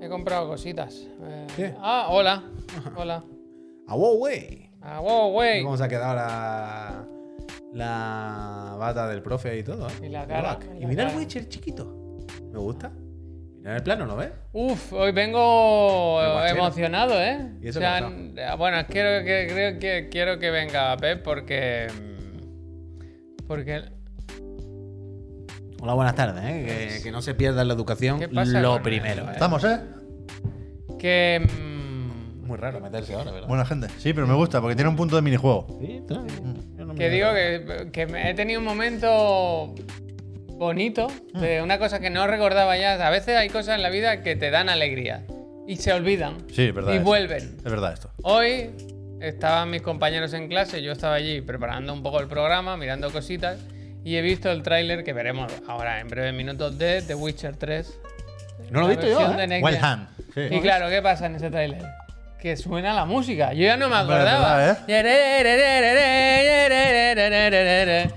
He comprado cositas. Eh, ¿Qué? Ah, hola. Hola. ¡A Huawei! Ah, wow, güey. ¿Cómo se ha quedado la, la bata del profe y todo? ¿eh? Y la cara, Black. y Y la mira el cara. Witcher chiquito. Me gusta. Mira el plano, ¿lo ves? Uf, hoy vengo El guachero. emocionado, ¿eh? Y eso O sea, no n- bueno, quiero que, creo que quiero que venga Pep porque mm, porque Hola, buenas tardes, ¿eh? Que, que no se pierda la educación. ¿Qué pasa lo con- primero, ¿eh? Estamos, ¿eh? que mm, Muy raro meterse ahora, ¿verdad? Buena gente. Sí, pero me gusta porque tiene un punto de minijuego. Sí, está bien. Yo no me que digo digo que, que me- he tenido un momento bonito Mm. de una cosa que no recordaba ya. A veces hay cosas en la vida que te dan alegría y se olvidan Sí, es verdad. y es. vuelven. Es verdad esto. Hoy estaban mis compañeros en clase, yo estaba allí preparando un poco el programa, mirando cositas, y he visto el tráiler que veremos ahora en breves minutos de The Witcher 3. No lo he La visto yo, versión ¿eh? de Next Wild Gen. Hand. Sí. Y claro, ¿qué pasa en ese tráiler? Que suena la música. Yo ya no me Hombre, es acordaba. verdad, ¿eh?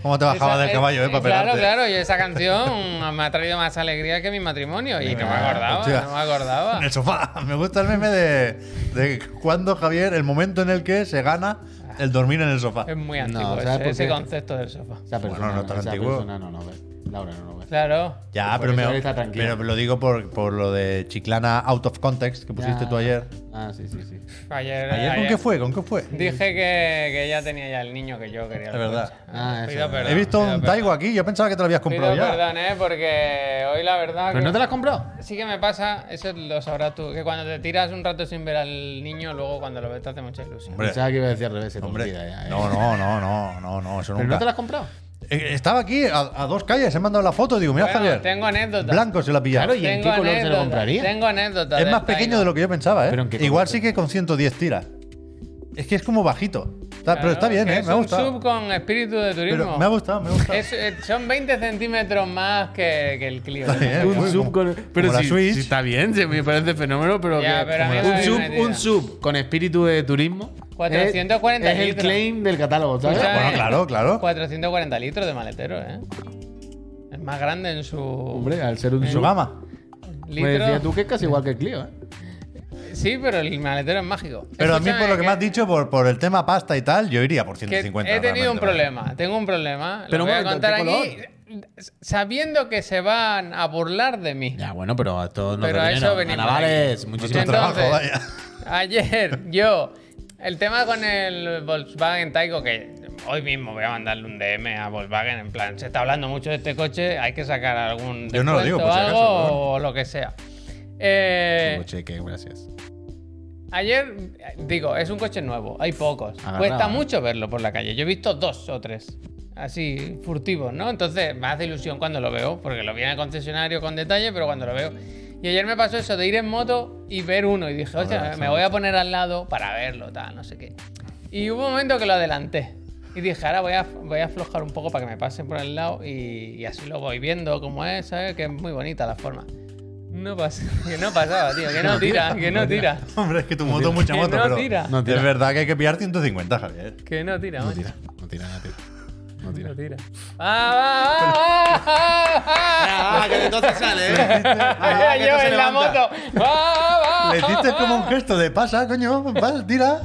Cómo te bajaba Esa- del caballo, eh, para Claro, pegarte. claro. Y esa canción me ha traído más alegría que mi matrimonio. Y no me acordaba, Hostia. no me acordaba. En el sofá. Me gusta el meme de, de cuando Javier, el momento en el que se gana el dormir en el sofá. Es muy No, antiguo ¿sabes ese- por qué? ese concepto del sofá. Esa persona Bueno, no no, tan esa antiguo. persona no, no, ve. Laura no lo ve. Claro. Ya, Porque pero, me, Javier está tranquilo. pero lo digo por, por lo de Chiclana Out of Context que pusiste Ya. tú ayer. Ah, sí, sí, sí. Ayer, ¿Ayer con ayer qué fue? ¿Con qué fue? Dije que, que ya tenía ya el niño que yo quería. Es verdad. Ah, eso Pido es verdad. perdón, He visto pido un perdón. Taigo aquí, yo pensaba que te lo habías comprado Pido ya. perdón, eh, porque hoy la verdad. ¿Pero Ah, que no te la has comprado? Sí que me pasa, eso lo sabrás tú, que cuando te tiras un rato sin ver al niño, luego cuando lo ves te hace mucha ilusión. Hombre. Pensaba que iba a decir al revés. se te Hombre, olvida ya, ¿eh? no, no, no, no, no, no, eso ¿Pero no nunca. te la has comprado? Eh, Estaba aquí a, a dos calles, he mandado la foto, digo, mira Bueno, Javier. tengo anécdotas. Blanco se la pillaba. Claro, ¿y en qué color se lo anécdotas, compraría? Tengo anécdotas. Es del más pequeño Taino. de lo que yo pensaba, ¿Pero ¿eh? en qué Igual color? sí que con 110 tiras. Es que es como bajito. Está- Claro, pero está bien, que ¿eh? es Me ha un gustado. sub con espíritu de turismo. Pero me ha gustado, me ha gustado. Es- eh, son 20 centímetros más que, que el Clio. Está bien, Un como- sub con. Pero la sí, Switch. sí está bien, se me parece fenómeno, pero. Ya, que- pero a mí como no la- me un, sub, viene, tío. un sub con espíritu de turismo. es- 440 Es, el litros. claim del catálogo, ¿sabes? Escucha, Bueno, eh, claro, claro. 440 litros de maletero, ¿eh? Es más grande en su Hombre, al ser un En su sub. gama. litro. Me decías tú que es casi igual que el Clio, ¿eh? Sí, pero el maletero es mágico. Pero a mí, Escúchame, por lo que me has dicho, por, por el tema pasta y tal, yo iría por que 150. he tenido un realmente, ¿vale? problema, tengo un problema. Pero Pero un voy a momento, contar ¿qué aquí sabiendo que se van a burlar de mí. Ya, bueno, pero esto no Pero da a dinero. eso venimos Carnavales, aquí. muchísimo Entonces- trabajo. Trabajo, vaya. Ayer yo, el tema con el Volkswagen Taiko, que hoy mismo voy a mandarle un DM a Volkswagen, en plan, se está hablando mucho de este coche, hay que sacar algún Yo no lo descuento digo, por o si algo acaso, pero o lo que sea. Eh, Tengo cheque, gracias. Ayer, digo, es un coche nuevo, hay pocos. Agarrado, Cuesta ¿eh? mucho verlo por la calle. Yo he visto dos o tres, así furtivos, ¿no? Entonces me hace ilusión cuando lo veo, porque lo vi en el concesionario con detalle, pero cuando lo veo. Y ayer me pasó eso de ir en moto y ver uno, y dije, hostia, me voy a poner al lado para verlo, tal, no sé qué. Y hubo un momento que lo adelanté. Y dije, ahora voy a, voy a aflojar un poco para que me pasen por el lado y, y así lo voy viendo como es, ¿sabes? Que es muy bonita la forma. No pasa, que no pasaba, tío, que no tira, que no tira. Hombre, es que tu moto es mucha Que moto, no pero. tira. No tira. Es verdad que hay que pillar 150, Javier. Que no tira, No macho. tira, no tira, no tira. No tira. No tira. ¡Ah, va, va, va, va! Ah, que de entonces sale, ¿eh? Era que yo esto se en la levanta. moto. ¡Va, va, Le hiciste va! como un gesto de pasa, coño, vas, tira.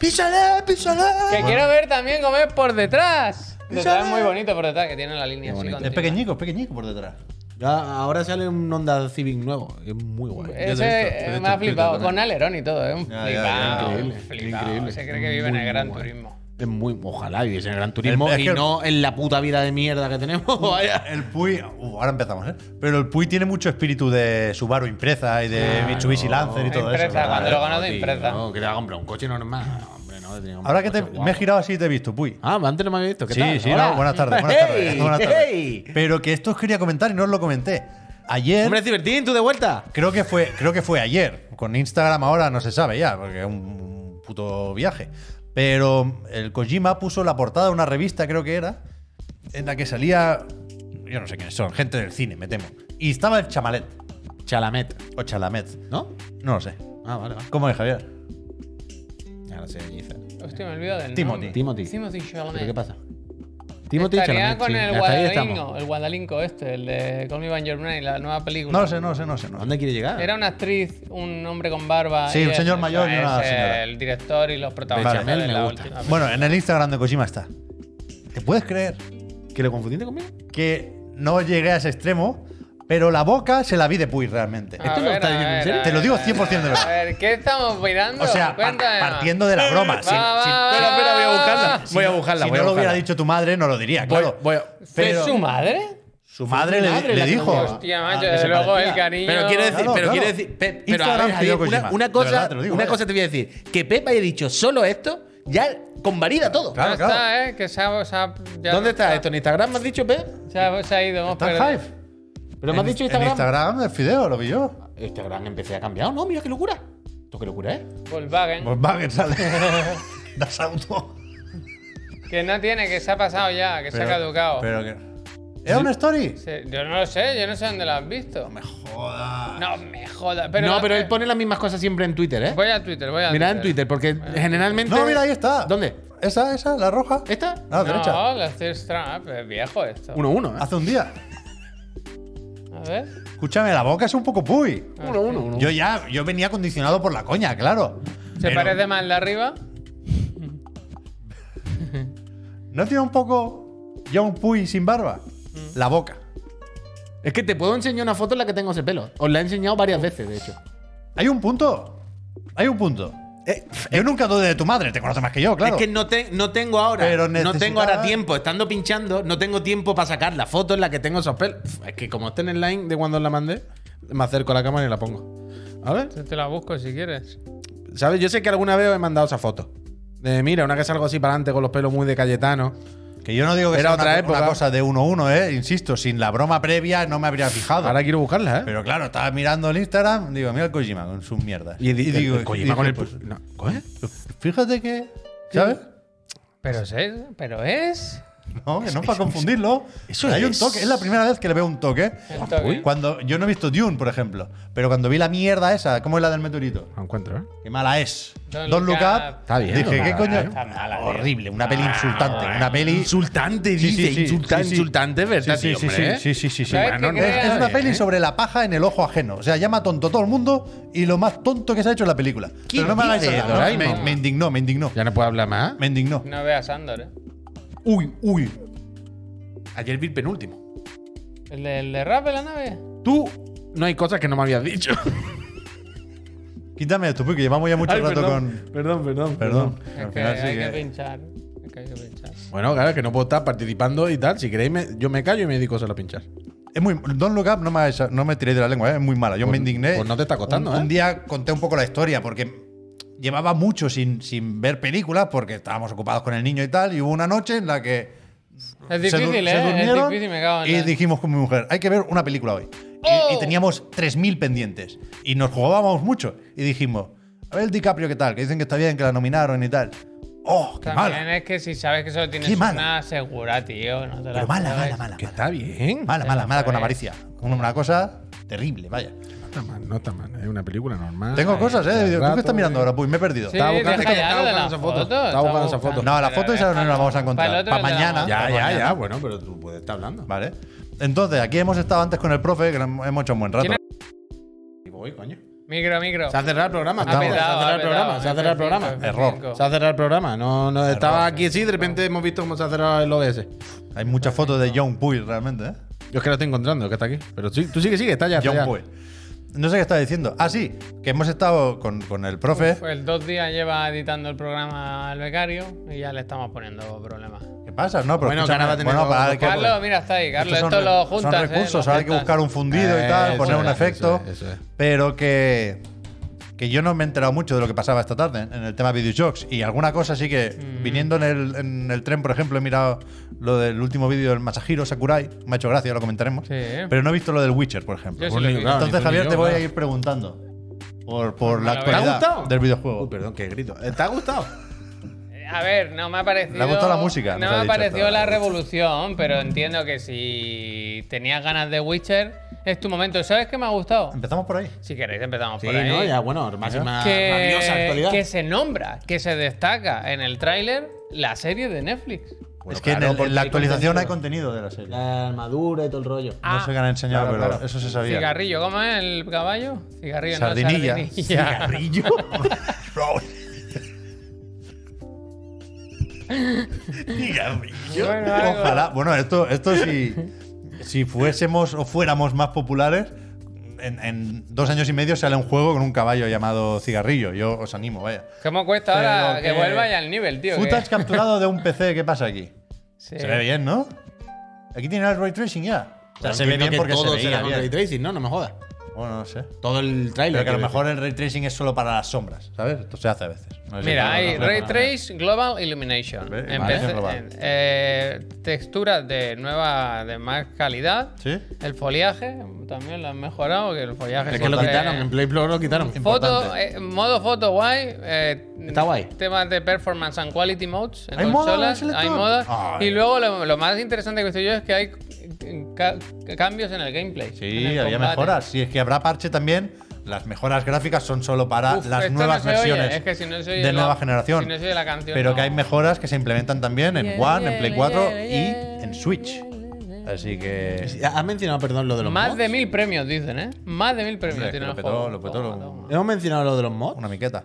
Písale, písale. Que quiero ver también cómo es por detrás. Detrás Písale. es muy bonito por detrás, que tiene la línea así. bonito. continua. Es pequeñico, es pequeñico por detrás. Ya, ahora sale un Honda Civic nuevo. Es muy guay. he Ese visto, yo eh, te he me ha visto en flipado. Twitter Con alerón y todo, es un Ya, ya, ya, flipado. increíble, un flipado. increíble. Se cree que vive en Muy, el Gran muy guay. Turismo. Es muy, ojalá viviese en el Gran Turismo El- es y que- no en la puta vida de mierda que tenemos. Vaya. El Puy, uh, ahora empezamos, ¿eh? Pero el Puy tiene mucho espíritu de Subaru Impreza y de Mitsubishi Lancer y todo eso. Impreza, claro, cuando ¿eh? lo ganó de tío, Impreza. No, que te va a comprar un coche normal. Hombre, no, tenía un Ahora que te, coche guapo. me he girado así y te he visto, Puy. Ah, antes no me había visto. Pues ¿Qué Sí, tal? sí, Hola. no, buenas tardes, buenas tardes, Hey, buenas tardes. hey. Pero que esto os quería comentar y no os lo comenté. Ayer, Hombre, Cibertín, tú de vuelta. creo que fue, creo que fue ayer. Con Instagram ahora no se sabe ya, porque es un, un puto viaje. Pero el Kojima puso la portada de una revista, creo que era, en la que salía, yo no sé quiénes son, gente del cine, me temo. Y estaba el Chamalet Chalamet, o Chalamet, ¿no? no lo sé. Ah, vale, vale. ¿Cómo es Javier? Ahora sé, Ethan. Hostia, me he olvidado del Timothy. nombre. Timothy. Timothy ¿Pero qué Chalamet. pasa? Timothy Estaría Chalamet, con sí. el Hasta ahí estamos. guadalingo, el guadalinco este, el de Call Me By Your Name, la nueva película. No lo sé, no lo sé, no lo sé. ¿A no lo sé. ¿Dónde quiere llegar? Era una actriz, un hombre con barba. Sí, y un el- señor mayor y es una señora. El director y los protagonistas. Bechamel de me la gusta. última. Bueno, en el Instagram de Kojima está. ¿Te puedes creer ¿Que lo confundiste conmigo? que no llegué a ese extremo? Pero la boca se la vi de Puy realmente. A ¿Esto lo ver, estás a diciendo en ver, serio? a Te lo digo ver, 100% de verdad. A ver, ¿qué estamos mirando? O sea, par- Cuéntame más. partiendo de la broma. sin- Va, sin- va, va, Espera, espera, voy a va, va, va. buscarla. Voy a no- buscarla. Si voy a no lo hubiera buscarla. dicho tu madre, no lo diría, Voy- claro. voy a- ¿Es pero su madre? su madre Su le, madre le la que dijo. nos dio. Hostia, ah, macho, que desde se luego el parecía. cariño. Pero quiero decir, Claro, pero claro. quiero decir, Pep, pero a Instagram ver, pidió Javier, una, Kojima. una De cosa, verdad, te lo digo, una vaya. cosa te voy a decir, que Pep haya dicho solo esto, ya convalida todo. Claro, Ya claro. está, ¿eh? Que se ha, se ha- ya- ¿Dónde está se ha- esto? ¿En Instagram me has dicho, Pep? Se ha, se ha ido, hemos Está en perdido. Hive. Pero me has En- dicho En Instagram. Instagram. Instagram del Fideo, lo vi yo. empecé a cambiar, ¿no? Mira qué locura. ¿Tú qué locura, eh? Volkswagen. Volkswagen Pues sale. das auto. Que no tiene, que se ha pasado ya, que se ha caducado. Pero que. ¿Era una story? Se- yo no lo sé, yo no sé dónde lo has visto. Me joda. No me jodas. Pero, no, pero eh, él pone las mismas cosas siempre en Twitter, ¿eh? Voy a Twitter, voy a Mira en Twitter, porque generalmente. No, mira, ahí está. ¿Dónde? Esa, esa, la roja. ¿Esta? ¿eh? Ah, derecha. No, la Thirst Trap, es viejo esto. 1-1, Hace un día. A ver. Escúchame, la boca es un poco puy. ¿eh? 1-1. Yo ya, yo venía condicionado por la coña, claro. ¿Se Pero, parece más el de arriba? ¿No tiene un poco John Puy sin barba? Mm. La boca. Es que te puedo enseñar una foto en la que tengo ese pelo. Os la he enseñado varias veces, de hecho. Hay un punto. Hay un punto. yo nunca dudé de tu madre, te conoce más que yo, claro. Eh, Es que no, te- no tengo ahora. Pero no tengo necesitaba- ahora tiempo. Estando pinchando, no tengo tiempo para sacar la foto en la que tengo esos pelos. Pf, Es que como está en el line de cuando la mandé, me acerco a la cámara y la pongo. A ver. Yo te la busco si quieres. ¿Sabes? Yo sé que alguna vez os he mandado esa foto. De, mira, una que salgo así para adelante con los pelos muy de Cayetano. Que yo no digo que Era sea una, otra una época. cosa de 1-1, ¿eh? Insisto, sin la broma previa no me habría fijado. Ahora quiero buscarla, ¿eh? Pero claro, estaba mirando el Instagram, digo, mira el Kojima con sus mierdas. he di- digo, el Kojima dije, con el. pues, no, ¿eh? fíjate que, ¿sabes? Pero es. Pero es. No, que no para confundirlo. eso Hay un es. toque, es la primera vez que le veo un toque. Un toque. Uy. Cuando yo no he visto Dune, por ejemplo, pero cuando vi la mierda esa, ¿cómo es la del meteorito? No encuentro, ¿eh? Qué mala es. Don't Don't, Look Look Up. Up. Está bien, Dije, no ¿qué está coño? mal, está mala, tío. horrible, una peli insultante, una peli Insultante, ¿eh? Sí, dice. sí, sí, insultante, sí, sí. insultante, ¿verdad? Sí, tío, sí, hombre, sí, eh? sí, sí, sí, sí. ¿Sabes Bueno, qué no, es- creas? Es una Bien, peli ¿eh? sobre la paja en el ojo ajeno. O sea, llama tonto a todo el mundo y lo más tonto que se ha hecho en la película. ¿Qué Pero no me hagáis dices, hablar, ¿no? Doraemon? me, me indignó, me indignó. Ya no puedo hablar más. Me indignó. No veas Andor, ¿eh? Uy, uy. Ayer vi el penúltimo. ¿El de, el de rap en la nave? Tú no hay cosas que no me habías dicho. Quítame esto, porque llevamos ya mucho Ay, rato perdón, perdón, perdón, con. Perdón. Es Al que final sí hay que que- pinchar. Es que hay que pinchar. Bueno, claro, es que no puedo estar participando y tal. Si queréis, me- yo me callo y me dedico solo a pinchar. Es muy, Don't Look Up, no me, hagáis- no me tiréis de la lengua, ¿eh? es muy mala. Yo me indigné. pues no te está costando, un, ¿eh? Un día conté un poco la historia porque llevaba mucho sin, sin ver películas porque estábamos ocupados con el niño y tal. Y hubo una noche en la que. Es se du- difícil, se ¿eh? Es durmieron difícil, me cago en Y la- dijimos con mi mujer: hay que ver una película hoy. Y- Y, ¡Oh! teníamos 3.000 pendientes. Y nos jugábamos mucho. Y dijimos: a ver el DiCaprio, ¿qué tal? Que dicen que está bien, que la nominaron y tal. ¡Oh, qué También mala! es que si sabes que solo tienes Qué mala. una segura, tío. No te la Pero mala, juegues. mala, mala. Que está bien. Mala, mala, mala con Pues- avaricia. Una cosa terrible, vaya. No está mal, no está mal. Es una película normal. Tengo Hay cosas, que ¿eh? hacer Digo, ¿Tú rato, qué estás mirando Ah, eh. ahora? Pues me he perdido. Sí, Estaba buscando- deja estaba ya lo buscando de la esa foto. foto. Estaba buscando esa foto. No, la foto esa no la vamos a encontrar. Para el otro Pa' te la mañana. vamos. Ya, Para ya, mañana. ya. Bueno, Ah, pero tú puedes estar hablando. Vale. Entonces, aquí hemos estado antes con el profe, que hemos hecho un buen rato. ¿Quién Y voy, coño. Ah, pues, Micro, micro. Se ha cerrado el programa. Ha tío, petado, se ha cerrado ha el petado, programa. Se ha cerrado el programa. F5, Error. F5. Se ha cerrado el programa. No, no estaba Error. aquí sí, de repente hemos visto cómo se ha cerrado el OBS. Hay muchas fotos de John Puy realmente, ¿eh? Yo es que lo estoy encontrando, que está aquí. Pero sí, tú sigue, sigue, está ya. está John ya. Puy. No sé qué estaba diciendo. Ah, sí, que hemos estado con, con el profe. Pues el dos días lleva editando el programa al becario y ya le estamos poniendo problemas. ¿Qué pasa? No, pero Bueno, escúchame, que ahora va a tener bueno, para los- que- Carlos, mira, está ahí. Carlos, estos esto son, lo son juntas. ¿eh? recursos, Lo ahora hay que juntas. buscar un fundido y tal, Eh, Eso poner es, un eso efecto. es, eso es. Pero que, que yo no me he enterado mucho de lo que pasaba esta tarde en en el tema videojuegos. Y alguna cosa sí que, Mm. viniendo en el, en el tren, por ejemplo, he mirado lo del último vídeo del Masahiro Sakurai. Me ha hecho gracia, lo comentaremos. Sí. Pero no he visto lo del Witcher, por ejemplo. Yo sí Pues lo ni- vi. claro, ni Entonces, tú Javier, ni te yo, voy a claro. ir preguntando por, por la ¿Te ha actualidad gustado? del videojuego. Uy, perdón, qué grito. ¿Eh, ¿Te ha gustado? Eh, A ver, no me ha parecido. Le ha gustado la música, No nos me ha ha dicho parecido hasta la ahora. revolución, pero entiendo que si tenías ganas de Witcher, es tu momento. ¿Sabes qué me ha gustado? Empezamos por ahí. Si queréis, empezamos Sí, por ahí. ¿no? Ya, bueno, más y más rabiosa que, actualidad. que se nombra, que se destaca en el tráiler la serie de Netflix. es que en, el- en la hay actualización contenido. hay contenido de la serie. La armadura y todo el rollo. Ah, no sé qué han enseñado, claro, pero claro. eso se sabía. Cigarrillo, ¿cómo es el caballo? Cigarrillo, Sardinilla. no, sardinilla. ¿Cigarrillo? Cigarrillo. Bueno, algo. Ojalá. Bueno, esto, esto si, si fuésemos o fuéramos más populares, en, en dos años y medio sale un juego con un caballo llamado Cigarrillo. Yo os animo, vaya. ¿Cómo cuesta ahora que, Pero que- vuelva ya al nivel, tío? que- Futas capturado de un PC, ¿qué pasa aquí? Sí. Se ve bien, ¿no? Aquí tiene el ray tracing ya. O sea, se ve Entiendo bien que porque se todo será veía con ray bien. tracing, ¿no? No me jodas. Bueno, no sé. Todo el trailer. Pero que a lo mejor el ray tracing es solo para las sombras, ¿sabes? Esto se hace a veces. No sé si Mira, todo hay lo- Ray Trace Global Illumination. Ve, En imagen PC, global. eh, texturas de nueva, de más calidad. ¿Sí? El foliaje también lo han mejorado, que el foliaje Es que lo siempre- quitaron, en Play Pro lo quitaron. Foto, eh, modo foto guay. eh, Está guay. Temas de performance and quality modes en ¿Hay moda consolas. en el hay selector? modas. Ay. Y luego lo, lo más interesante que he visto yo es que hay eh, ca- cambios en el gameplay. en Sí, el había combate. mejoras. Sí, es que habrá parche también. Las mejoras gráficas son solo para Uf, las esto nuevas no se oye, versiones es que si no se oye de la- nueva generación. si no se oye la canción, pero que no. hay mejoras que se implementan también en Yeah, One, en yeah, Play 4 yeah, y yeah, en Switch. Así que. Has mencionado, perdón, lo de los Más mods. de mil premios, dicen, ¿eh? Más de mil premios Hombre, tiene lo el petó, juego. lo petó, Toma, lo- toma. Hemos mencionado lo de los mods. Una miqueta.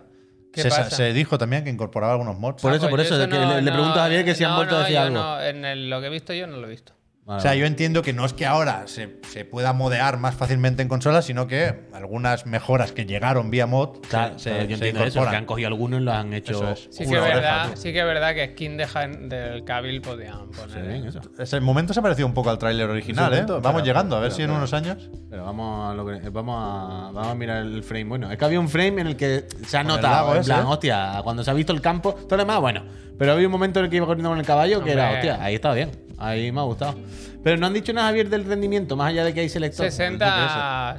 ¿Qué Se, sa- pasa? se dijo también que incorporaba algunos mods. Por Ah, eso, pues por yo eso, es que le- le pregunto a Javier que si han no, vuelto a no, decir yo algo. no, en el- lo que he visto yo no lo he visto. o sea, yo entiendo que no es que ahora se, se pueda modear más fácilmente en consolas, sino que algunas mejoras que llegaron vía mod se- Claro, se, claro, yo se entiendo eso, que incorporan. han cogido algunos y los han hecho. Eso es. Sí que, Una es oreja, verdad, tú. sí que es verdad que skin de Han- del Cabil podían Sí, poner. ¿eh? bien, eso. Ese momento se ha parecido un poco al tráiler original, Sí, ¿eh? tanto, Vamos pero- llegando, a ver pero- si en unos años. Pero vamos a, lo que- vamos, a, vamos a mirar el frame. Bueno, es que había un frame en el que se ha Con el notado, lago en ese, plan, ¿eh? hostia, cuando se ha visto el campo, todo lo demás, bueno. Pero había un momento en el que iba corriendo con el caballo que era, Hombre. hostia, ahí está bien, ahí me ha gustado. Pero no han dicho nada, Javier, del rendimiento, más allá de que hay selector. ¿60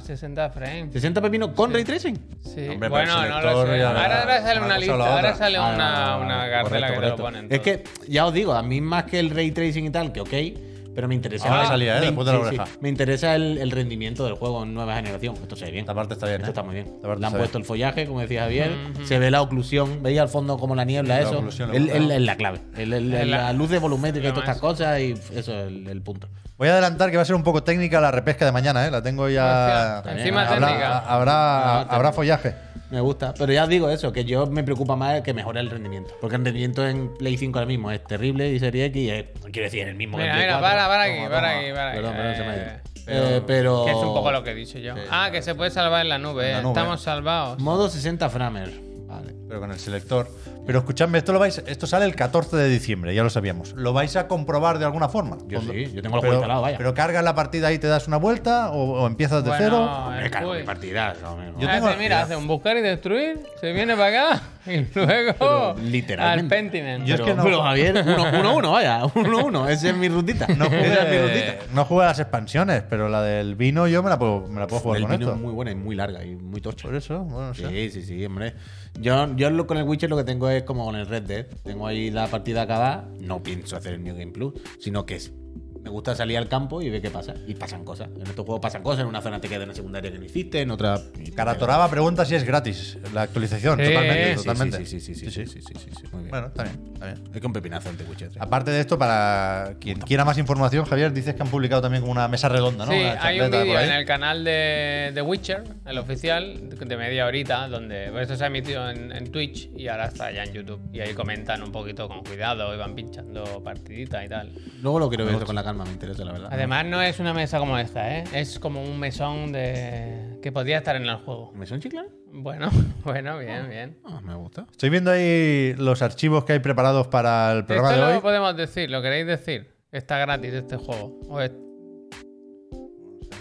60, 60 frames. 60 pepino con ray tracing? Sí. Hombre, pero bueno, el no lo selector sé. ya- Ahora, ahora sale una una cosa o lista, la ahora otra. sale Ah, una, vale, una vale, cartela correcto, que te correcto. lo ponen. todo. Es que, ya os digo, a mí más que el ray tracing y tal, que ok, pero me interesa. Ahora Ah, el- salía, ¿eh? me- Después de la sí, sí, oreja. me interesa el, el rendimiento del juego en nueva generación. Esto se ve bien. Esta parte está bien, Esto ¿eh? está muy bien. Esta Le han parte está puesto el follaje, como decía Javier. Se ve la oclusión. Veía al fondo como la niebla, La eso. oclusión, la El- oclusión. el- Es la clave. El- el- Es el- la- la luz de volumétrica y lo todas más. estas cosas. Y f- eso es el, el punto. Voy a adelantar que va a ser un poco técnica la repesca de mañana, ¿eh? La tengo ya. Hostia, encima habrá, técnica. Habrá, No, habrá follaje. Me gusta. Pero ya os digo eso, que yo me preocupa más que mejore el rendimiento. Porque el rendimiento en Play 5 ahora mismo es terrible y Serie X es, quiero decir, el mismo que en Mira, Play mira, 4. para, para aquí, Toma, para toma. aquí, para aquí. Perdón, perdón, se me ha ido. Eh, Eh, pero... Que es un poco lo que he dicho yo. ah, que se puede salvar en la nube, En la eh. nube. Estamos salvados. Modo 60 framer. Vale. Pero con el selector. Pero escuchadme, esto, lo vais, esto sale el 14 de diciembre, ya lo sabíamos. ¿Lo vais a comprobar de alguna forma? Yo Cuando- sí, yo tengo el juego pero, instalado, vaya. Pero cargas la partida y te das una vuelta o, o empiezas de Bueno, eh, cero. el Me cago en Puy. partidas, no, no. Yo Hace, tengo- mira, hace un buscar y destruir, se viene para acá y luego al literalmente. Pentiment. Yo es pero, que no- pero, Javier, 1-1, uno, uno, uno, vaya, 1-1, uno, uno. esa es mi rutita. No Esa es mi jugué, rutita. no jugué a las expansiones, pero la del vino yo me la puedo, me la puedo jugar El con vino esto. es muy buena y muy larga y muy tocha. Por eso, bueno, no sé. Sí, sí, sí, hombre. Yo, yo lo- con el Witcher lo que tengo es como con el Red Dead. Tengo ahí la partida acabada. No pienso hacer el New Game Plus, sino que es- me gusta salir al campo y ver qué pasa. Y pasan cosas. En estos juegos pasan cosas. En una zona te queda una secundaria que no hiciste, en otra. Caratoraba pregunta si es gratis la actualización. Sí, totalmente, sí, sí, totalmente. Sí, sí, sí, sí, sí, sí, sí, sí, sí, muy bien. Bueno, está bien, está bien. Es que un pepinazo ante Witcher. tres. Aparte de esto, para quien quiera más información, Javier, dices que han publicado también como una mesa redonda, ¿no? Sí, Una hay un charleta por vídeo ahí. en el canal de, de Witcher, el oficial, de media horita, donde pues, esto se ha emitido en, en Twitch y ahora está ya en YouTube. Y ahí comentan un poquito con cuidado y van pinchando partiditas y tal. Luego lo quiero ver esto con la calma, me interesa, la verdad. Además, no es una mesa como esta, ¿eh? Es como un mesón de que podría estar en el juego. ¿Me son chicles? Bueno, bueno, bien, bien. Ah, me gusta. Estoy viendo ahí los archivos que hay preparados para el programa Esto de lo hoy. podemos decir, lo queréis decir. Está gratis este juego. O es-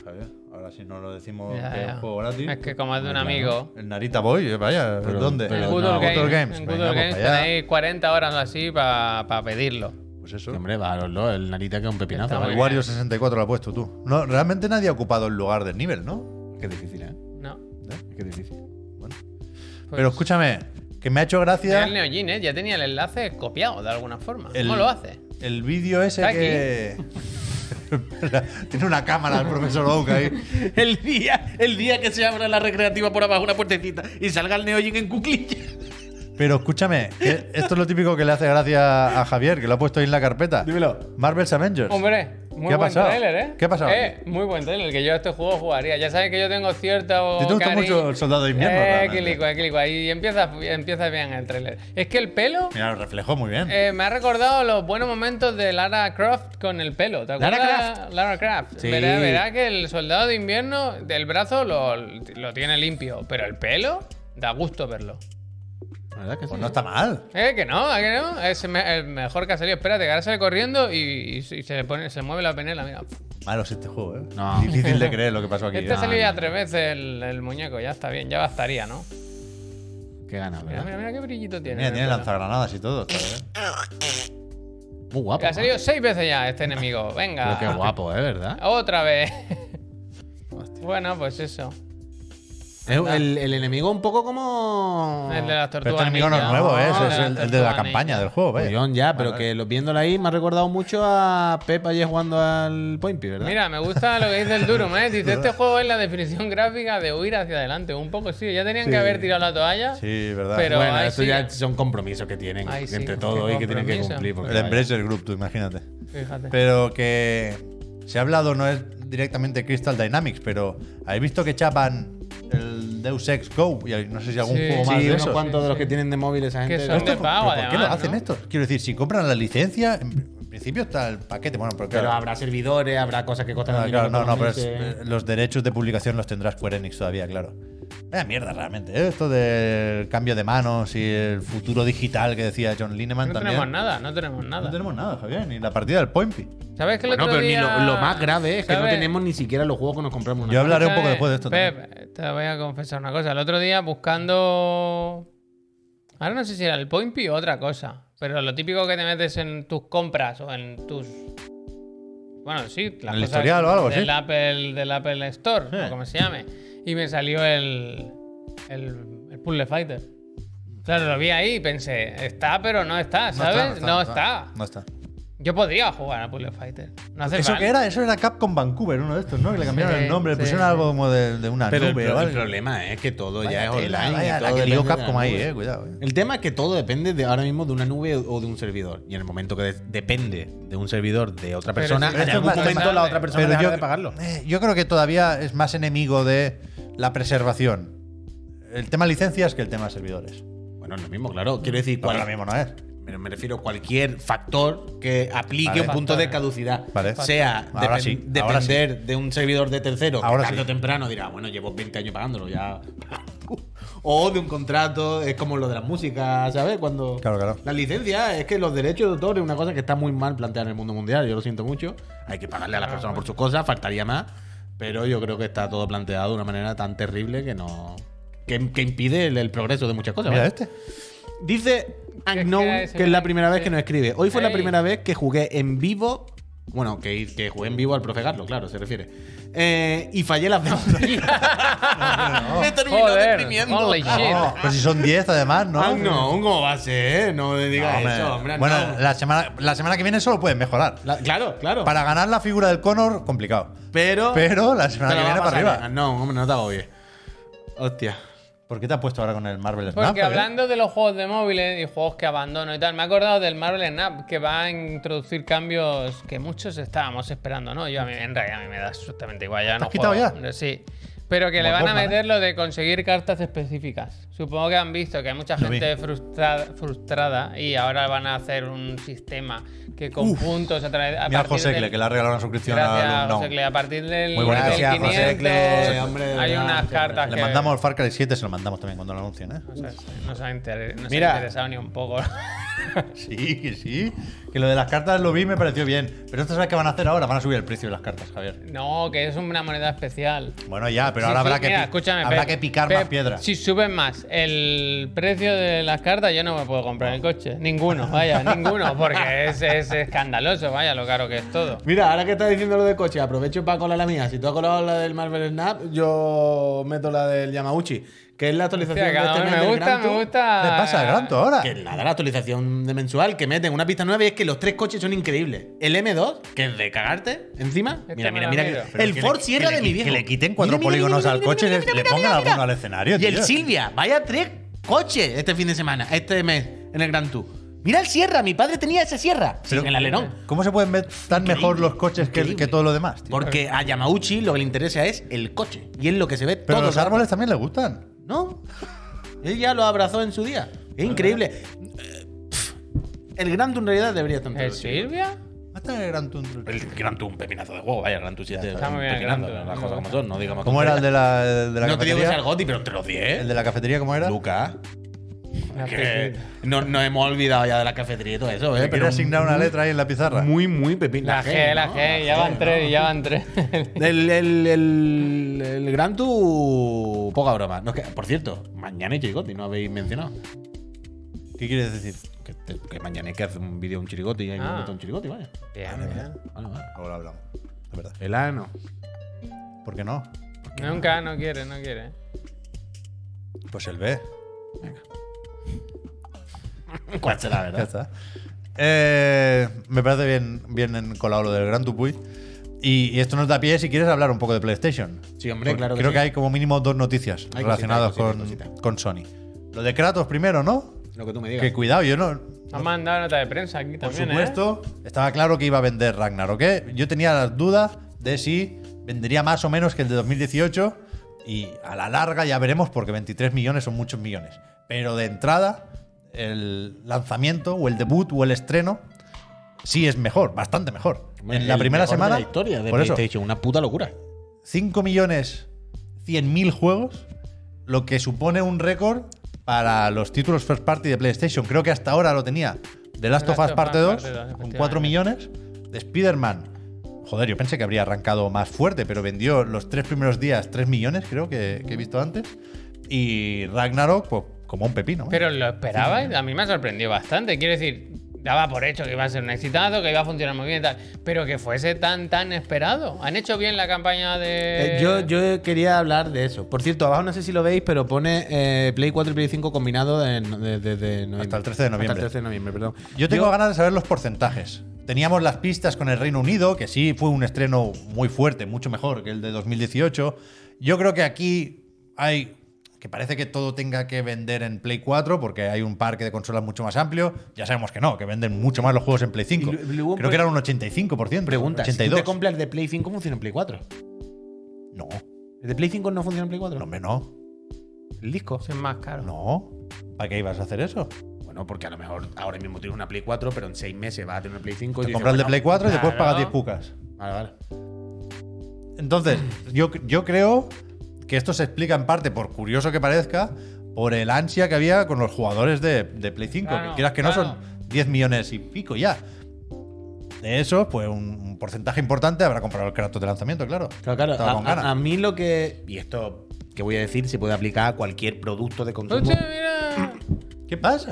Javier, Ahora si no lo decimos Ya, que es ya. un juego gratis. es que como es de un amigo. El Narita Boy, eh, vaya, Pero- ¿dónde? pero En no, Good Google Old Good Old Games, en Good Venga, Old pues Games allá. tenéis 40 horas o así para pedirlo. Pues eso. Sí, hombre, valorlo, el narita que es un pepinazo. Está ¿vale? muy El Wario 64 lo ha puesto tú. No, realmente nadie ha ocupado el lugar del nivel, ¿no? Es que es difícil, ¿eh? No. Es que es difícil. Pues- Pero escúchame, que me ha hecho Mira gracia el Neo Gene, ¿eh? ya tenía el enlace copiado de alguna forma. El- ¿Cómo lo hace? el vídeo ese Está que. Tiene una cámara el profesor Oak ahí. El día, el día que se abra la recreativa por abajo una puertecita y salga el Neojin en cuclillas. Pero escúchame, que esto es lo típico que le hace gracia a Javier, que lo ha puesto ahí en la carpeta. Dímelo. Marvel's Avengers. Hombre, muy ¿Qué ha buen pasado? trailer, ¿eh? ¿Qué ha pasado? Eh, muy buen trailer, que yo a este juego jugaría. Ya sabes que yo tengo cierto. ¿Te gusta cariño- mucho el Soldado de Invierno, Eh, realmente? quilicua, quilicua. Y empieza, empieza bien el trailer. Es que el pelo. Mira, lo reflejó muy bien. eh, me ha recordado los buenos momentos de Lara Croft con el pelo. ¿Te Lara acuerdas? Lara Croft. Sí. Verá, verá que el soldado de invierno del brazo lo, lo tiene limpio, pero el pelo da gusto verlo. La verdad que sí. pues no está mal. Eh, que no, ¿a que no. Es me- el mejor que ha salido. Espérate, que ahora sale corriendo y, y se, le pone, se mueve la penela. Mira. Malo es este juego, ¿eh? No. Difícil de creer lo que pasó aquí. Este ¿eh? salió ya tres veces el, el muñeco, ya está bien, ya bastaría, ¿no? Qué ganas, Mira, ¿verdad? mira, mira qué brillito tiene. Mira, en el tiene pelo. lanzagranadas y todo. está bien. Muy guapo. Que ha ¿eh? salido seis veces ya este enemigo, venga. Pero qué guapo, ¿eh? ¿Verdad? Otra vez. Hostia. bueno, pues eso. Es El, el enemigo un poco como... El de las Pero tortugas. este enemigo no es ninja. nuevo, ¿eh? Ese El es las el, el de la tortugas campaña ninja. del juego, vaya. Follón ya, pero Vale. que lo viéndolo ahí me ha recordado mucho a Pep ayer jugando al Point Pi, ¿verdad? Mira, me gusta lo que dice el Durum, ¿eh? Dice, este juego es la definición gráfica de huir hacia adelante. Un poco sí, ya tenían que haber tirado la toalla. Sí, verdad. Pero- bueno, ahí eso sí. ya son compromisos que tienen Ahí sí, entre qué todos y que tienen que compromiso. cumplir. porque el vaya. Embracer Group, tú imagínate. Fíjate. Pero que se ha hablado, no es directamente Crystal Dynamics, pero ¿habéis visto que chapan el Deus Ex Go? Y hay- no sé si algún Sí. juego Sí, más de unos esos. cuantos de los que tienen de móvil esa gente. son de pero, ¿Pero pago, ¿Por qué lo además, hacen ¿no? estos? Quiero decir, si compran la licencia, en en principio está el paquete. Bueno, pero claro. pero habrá servidores, habrá cosas que costan Ah, dinero claro, no, no, pero es- normalmente. eh, los derechos de publicación los tendrá Square Enix todavía, claro. Vaya mierda, realmente. ¿eh? Esto del cambio de manos y el futuro digital que decía John Lineman no también. tenemos ¿eh? nada, no tenemos No nada. tenemos nada, Javier, ni la partida del Pointy. ¿Sabes que el Bueno, otro pero ni día... lo, lo más grave es que no ¿sabes? tenemos ni siquiera los juegos que nos compramos. una vez. Yo hablaré un poco ¿Sabes? después de esto Pep, te voy a confesar una cosa. El otro día buscando. Ahora no sé si era el Point Pi o otra cosa. Pero lo típico que te metes en tus compras o en tus. Bueno, sí, las En cosas el historial o algo, del sí. Eh. Apple, del Apple Store, Sí. o como se llame. Y me salió el. el, el Puzzle Fighter. Claro, lo vi ahí y pensé, está, pero no está, ¿sabes? No está. No está. Yo podría jugar a Puzzle Fighter. No hace ¿Eso falta. que era? Eso era Capcom Vancouver, uno de estos, ¿no? Que le cambiaron Sí, el nombre, sí, le pusieron sí. algo como de, de una Pero el, nube. pro- ¿vale? el problema es que todo ya es Vaya online. tela, y vaya, la todo que lió depende de la Capcom ahí, nube. eh, cuidado. eh. El tema es que todo depende de, ahora mismo de una nube o de un servidor. Y en el momento que de- depende de un servidor de otra Pero persona, sí, en esto es algún bastante- momento la otra persona dejará de pagarlo. eh, yo creo que todavía es más enemigo de la preservación. El tema licencias que el tema servidores. Bueno, es lo mismo, claro. Quiero decir, Bueno, cual- ahora mismo no es. me, me refiero a cualquier factor que aplique Vale. un punto de Factores. caducidad. Vale. Sea Ahora depen- sí, ahora depender de un servidor de tercero, Ahora que tarde sí. o temprano dirá, bueno, llevo 20 años pagándolo ya. o de un contrato, es como lo de las músicas, ¿sabes? Cuando Claro, claro. la licencia es que los derechos de autor es una cosa que está muy mal planteada en el mundo mundial, yo lo siento mucho. Hay que pagarle Ah, a la persona por sus cosas, faltaría más. Pero yo creo que está todo planteado de una manera tan terrible que no. que, que impide el, el progreso de muchas cosas. Mira ¿vale? este. Dice era Unknown Ah, ese que es la link, primera vez sí. que nos escribe. Hoy fue la Ey. primera vez que jugué en vivo. Bueno, que, que jugué en vivo al profe Carlos, claro, se refiere. Eh, y fallé las veces. Me terminó Joder, deprimiendo. holy shit. Ah, No, pero si son 10 además, ¿no? Ah, Unknown, ¿cómo va a ser? No me No, digas hombre. eso, hombre. bueno, Unknown. la semana, la semana que viene solo pueden mejorar. La- claro, claro. Para ganar la figura del Connor, complicado. pero. Pero la te la semana que va a viene para pasar, arriba. No, hombre, no te hago bien. Hostia. ¿Por qué te has puesto ahora con el Marvel Snap? Porque Javier? hablando de los juegos de móviles y juegos que abandono y tal, me he acordado del Marvel Snap que va a introducir cambios que muchos estábamos esperando, ¿no? Yo a mí, en realidad a mí me da absolutamente igual, ya no has quitado juego. ya? Sí. Pero que Como le van a Batman, ¿eh? meter lo de conseguir cartas específicas. Supongo que han visto que hay mucha Lo vi. gente frustrada, frustrada y ahora van a hacer un sistema que con puntos a través a Mira a partir José del- Cle, que le ha regalado una suscripción a Gracias, Unknown. José Cle. A partir del Muy bueno. nivel Gracias, José 500, Cle, hombre, de hay verdad, unas muchas cartas Le que... mandamos el Far Cry 7, se lo mandamos también cuando lo anuncien, ¿eh? No se, no se ha inter- no se ha Mira. interesado ni un poco. Sí, que sí. Que lo de las cartas lo vi y me pareció bien. Pero esto sabes qué van a hacer ahora, van a subir el precio de las cartas, Javier. No, que es una moneda especial. Bueno, ya, pero Sí, ahora sí, habrá, que, mira, pi- escúchame, habrá Pep, que picar Pep, más piedra. Si suben más el precio de las cartas, yo no me puedo comprar el coche. Ninguno, vaya, ninguno, porque es, es escandaloso, vaya, lo caro que es todo. Mira, ahora que estás diciendo lo de coche, aprovecho para colar la mía. Si tú has colado la del Marvel Snap, yo meto la del Yamauchi, que es la actualización Hostia, de cada este uno mes me del gusta, Gran me Tour. gusta. ¿Qué pasa, Granto, ahora? Que la de la actualización de mensual que meten una pista nueva y es que los tres coches son increíbles. El M2, que es de cagarte, encima. Este mira, me mira, lo mira. miro. que- Pero el que Ford le- Sierra que le- de mi viejo. Que le quiten cuatro Mira, mira, polígonos mira, al mira, coche y mira, le, mira, le mira, pongan mira, alguno mira. al escenario, Y tío. el Silvia, vaya tres coche este fin de semana, este mes, en el Gran Tour. Mira el Sierra, mi padre tenía esa Sierra. Pero- sin el alerón. ¿Cómo se pueden ver tan mejor los coches que, increíble. que todo lo demás? tío? Porque a Yamauchi lo que le interesa es el coche. Y es lo que se ve Pero todo el los rato. árboles también le gustan. No. Él ya lo abrazó en su día. Es increíble. Eh, pf, El Gran Tour en realidad debería estar en ¿El todos los Silvia? Hasta el Gran Tour. sitios. El Gran Tour, un pepinazo de huevo, vaya, el Gran Tour sí es Está muy bien el pepinazo, Grand Tour, las me cosas como gusta. son, no digamos ¿Cómo era el de la, el de la No te digo que sea el ¿eh? cafetería? Goti, pero entre los 10. El de la cafetería, ¿cómo era? Luca. La Que pepita. no, nos hemos olvidado ya de la cafetería y todo eso, ¿eh? Te quiere asignar una letra ahí en la pizarra. Muy, muy pepino. La G, la G, ya van tres, ya van tres. El, el, el, el Gran Tour, poca broma. No, es que, por cierto, mañana y Chirigoti, no habéis mencionado. ¿Qué quieres decir? Que, te- que mañana hay que hacer un vídeo un Chirigoti y hay Ah. un montón de Chirigoti, vaya. Bien, bien. Vale, vale. Ahora hablamos. Es verdad. El ano. ¿Por qué no? Nunca, no quiere, no quiere. Pues el B. ¿Cuál será, Ya verdad? está. Eh, me parece bien, bien en- colado lo del Gran Tupuy. Y, y esto nos da pie si quieres hablar un poco de PlayStation. Sí, hombre, Porque claro que Creo sí. que hay como mínimo dos noticias Hay cosita, relacionadas hay con, cosita, cosita. con Sony. Lo de Kratos primero, ¿no? Lo que tú me Que digas. cuidado, yo no. Nos han mandado nota de prensa aquí Por también, ¿eh? supuesto, estaba claro que iba a vender Ragnarok. ¿eh? Yo tenía las dudas de si vendería más o menos que el de 2018. Y a la larga ya veremos, porque 23 millones son muchos millones. Pero de entrada, el lanzamiento, o el debut, o el estreno, sí es mejor, bastante mejor. en la El primera mejor de semana. la historia de por eso, PlayStation, una puta locura. 5 millones 100 mil juegos, lo que supone un récord para los títulos first party de PlayStation. Creo que hasta ahora lo tenía The Last of Us Parte 2, con 4 millones. De Spider-Man, joder, yo pensé que habría arrancado más fuerte, pero vendió los tres primeros días 3 millones, creo que, que he visto antes. Y Ragnarok, pues como un pepino. ¿eh? Pero lo esperaba y a mí me ha sorprendido bastante. Quiero decir, daba por hecho que iba a ser un exitazo, que iba a funcionar muy bien y tal. Pero que fuese tan, tan esperado. Han hecho bien la campaña de. Eh, yo, yo quería hablar de eso. Por cierto, abajo no sé si lo veis, pero pone eh, Play 4 y Play 5 combinado en- de- de- de noviembre. Hasta el 13 de noviembre. Hasta el 13 de noviembre, perdón. Yo tengo ganas de saber los porcentajes. Teníamos las pistas con el Reino Unido, que sí fue un estreno muy fuerte, mucho mejor que el de 2018. Yo creo que aquí hay que parece que todo tenga que vender en Play 4 porque hay un parque de consolas mucho más amplio. Ya sabemos que no, que venden mucho más los juegos en Play Y 5. lu- luego, Creo pues, que era un 85%. Pregunta, si tú 82. te compras el de Play 5 funciona en Play 4? no, ¿El de Play 5 no funciona en Play 4? no, hombre, no. ¿El disco? Es más caro. No. ¿Para qué ibas a hacer eso? Bueno, porque a lo mejor ahora mismo tienes una Play 4, pero en 6 meses vas a tener una Play 5. Te compras el de Play 4 y después claro. pagas 10 cucas. Vale, vale. Entonces, yo, yo creo que esto se explica en parte, por curioso que parezca, por el ansia que había con los jugadores de, de Play 5. Claro, que quieras que no, claro. son 10 millones y pico ya. De eso, pues un, un porcentaje importante habrá comprado el Kratos de lanzamiento, claro. Claro, claro. Estaba con A, ganas. a- a mí lo que. Y esto que voy a decir se puede aplicar a cualquier producto de consumo. Oye, mira. ¿Qué pasa?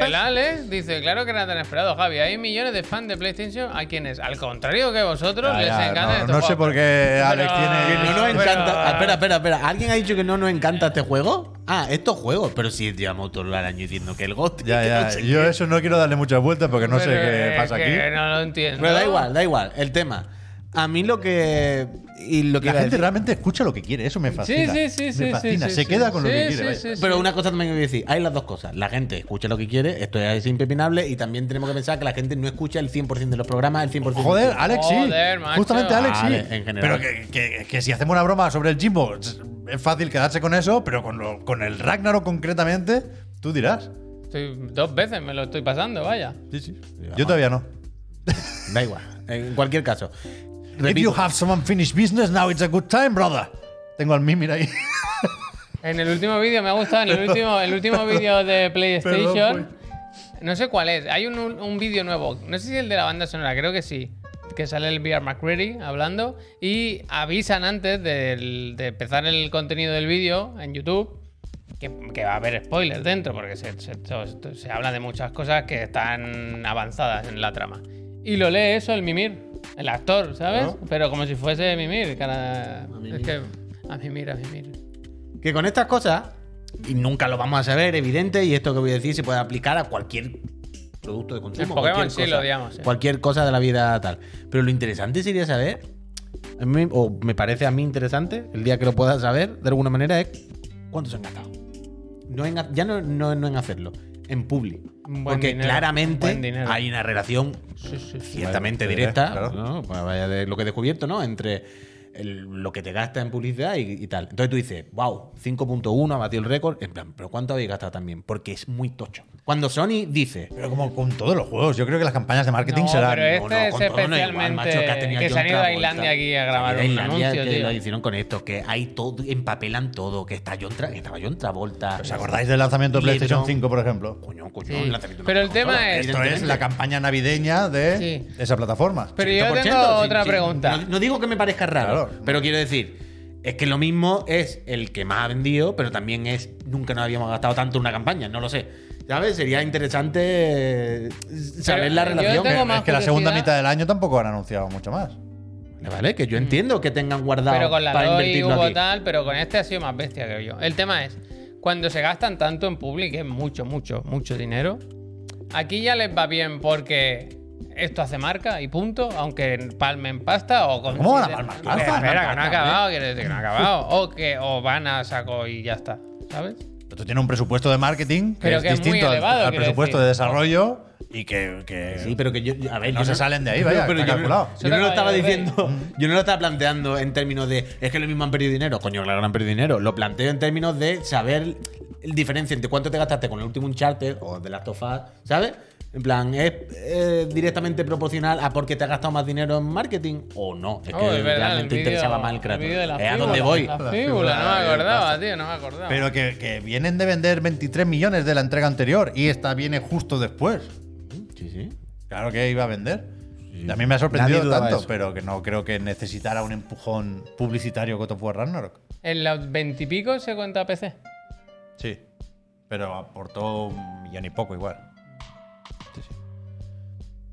El Alex dice, claro que era tan esperado, Javi. Hay millones de fans de PlayStation a quienes, al contrario que vosotros, Ya, les ya, encantan no- estos no sé juegos". por qué Alex Pero- tiene- Que no nos Pero- encanta. Ah, Espera, espera, espera. ¿Alguien ha dicho que no nos encanta este juego? Ah, estos juegos. Pero sí, llevamos todo el año diciendo que el Ghost. Ya, ya. Yo eso no quiero darle muchas vueltas porque no sé Pero qué es pasa que aquí. No lo entiendo. Pero da igual, da igual. El tema. A mí lo que. Y lo que La iba a gente decir- realmente escucha lo que quiere, eso me Sí, fascina. sí, sí, sí. Me sí, fascina, sí, se sí. queda con lo Sí, que sí, quiere. vaya. sí, sí. Pero una cosa también que decir, hay las dos cosas. La gente escucha lo que quiere, esto es impepinable, y también tenemos que pensar que la gente no escucha el 100% de los programas, el 100% de- Joder, Alex sí. Joder, macho. Justamente Alex sí. Ah, Vale, en general. Pero que, que- que si hacemos una broma sobre el Jimbo, es fácil quedarse con eso, pero con, lo- con el Ragnarok concretamente, tú dirás. Estoy- dos veces me lo estoy pasando, vaya. Sí, sí. Yo todavía no. Da igual. En cualquier caso. If you Repito, have some unfinished business, now it's a good time, brother. Tengo al Mimir ahí. En el último vídeo, me ha gustado, en el último, el último vídeo de PlayStation, no sé cuál es, hay un, un vídeo nuevo, no sé si el de la banda sonora, creo que sí, que sale el VR McCready hablando y avisan antes del- de empezar el contenido del vídeo en YouTube que, que va a haber spoilers dentro, porque se, se- se- se habla de muchas cosas que están avanzadas en la trama. Y lo lee eso el Mimir, el actor, ¿sabes? Pero como si fuese Mimir, cara... Mimir. Es que, a Mimir, a Mimir. que con estas cosas, y nunca lo vamos a saber, evidente, y esto que voy a decir se puede aplicar a cualquier producto de consumo. El Pokémon cualquier sí cosa, lo odiamos, sí. Cualquier cosa de la vida tal. Pero lo interesante sería saber, a mí- o me parece a mí interesante, el día que lo pueda saber, de alguna manera, es cuánto se han gastado. no en, ha- ya no, no- no en hacerlo, en Publi. Un buen Porque dinero, claramente buen dinero. hay una relación Sí, sí, sí. ciertamente Vale, directa, claro. ¿no? Pues vaya de lo que he descubierto, ¿no? Entre el- lo que te gasta en publicidad y, y tal. Entonces tú dices, wow, 5.1 ha batido el récord. En plan, ¿pero cuánto habéis gastado también? Porque es muy tocho. Cuando Sony dice, Pero como con todos los juegos, yo creo que las campañas de marketing No, serán. pero es- No, Este no, con todo no, igual, especialmente macho, ha tenido que John se han ido a Travolta. Islandia aquí a grabar Se han un ido a Islandia, anuncio, que tío. lo hicieron con esto, que hay todo, empapelan todo, que está John Tra- que estaba John Travolta. ¿Os acordáis del lanzamiento de Lebron. PlayStation 5, por ejemplo? Coño, coño, Sí. la terminó Pero el la tema consola, es- Esto es la campaña navideña de Sí. esa plataforma. Pero yo 100%, tengo sí, otra sí. pregunta. No, no digo que me parezca raro, Claro. pero quiero decir, es que lo mismo es el que más ha vendido, pero también es nunca nos habíamos gastado tanto en una campaña, no lo sé. ¿Sabes? Sería interesante eh, saber la yo relación. tengo Que- más es que la segunda curiosidad. mitad del año tampoco han anunciado mucho más. Vale, Vale, que yo entiendo que tengan guardado Mm. Pero con la para 2 invertirlo hubo aquí. tal, pero con este ha sido más bestia, creo yo. El tema es, cuando se gastan tanto en public, que es mucho, mucho, mucho dinero, aquí ya les va bien porque esto hace marca y punto, aunque palmen pasta o con. ¿Cómo van a palmar pasta? Espera, espera, que no ha Palmar pasta, acabado, quiero decir que no ha acabado. O que o van a saco y ya está, ¿sabes? Esto tiene un presupuesto de marketing que Pero es que es muy distinto al- elevado, al, quiero presupuesto decir. de desarrollo y que, que- Sí, pero que yo. yo- A ver, No yo se salen de ahí, vaya, pero está yo, calculado. yo no lo estaba Yo no lo diciendo. Yo no lo estaba planteando en términos de. Es que lo mismo han perdido dinero. Coño, claro, han perdido dinero. Lo planteo en términos de saber el diferencia entre cuánto te gastaste con el último Uncharted o de Last of Us, ¿sabes? En plan, ¿es eh, directamente proporcional a por qué te has gastado más dinero en marketing o no? Es que Oh, es verdad, el realmente vídeo- interesaba más el el creador. vídeo de la Es a fíbula, dónde voy. La La fíbula, no fíbula me de acordaba, tío, no me acordaba. pero que, que vienen de vender 23 millones de la entrega anterior y esta viene justo después. Sí, sí. Claro que iba a vender. Y A mí me ha sorprendido Nadie dudaba tanto, eso. pero que no creo que necesitara un empujón publicitario God of War Ragnarok. En los veintipico se cuenta PC. Sí. Pero aportó un millón y poco igual.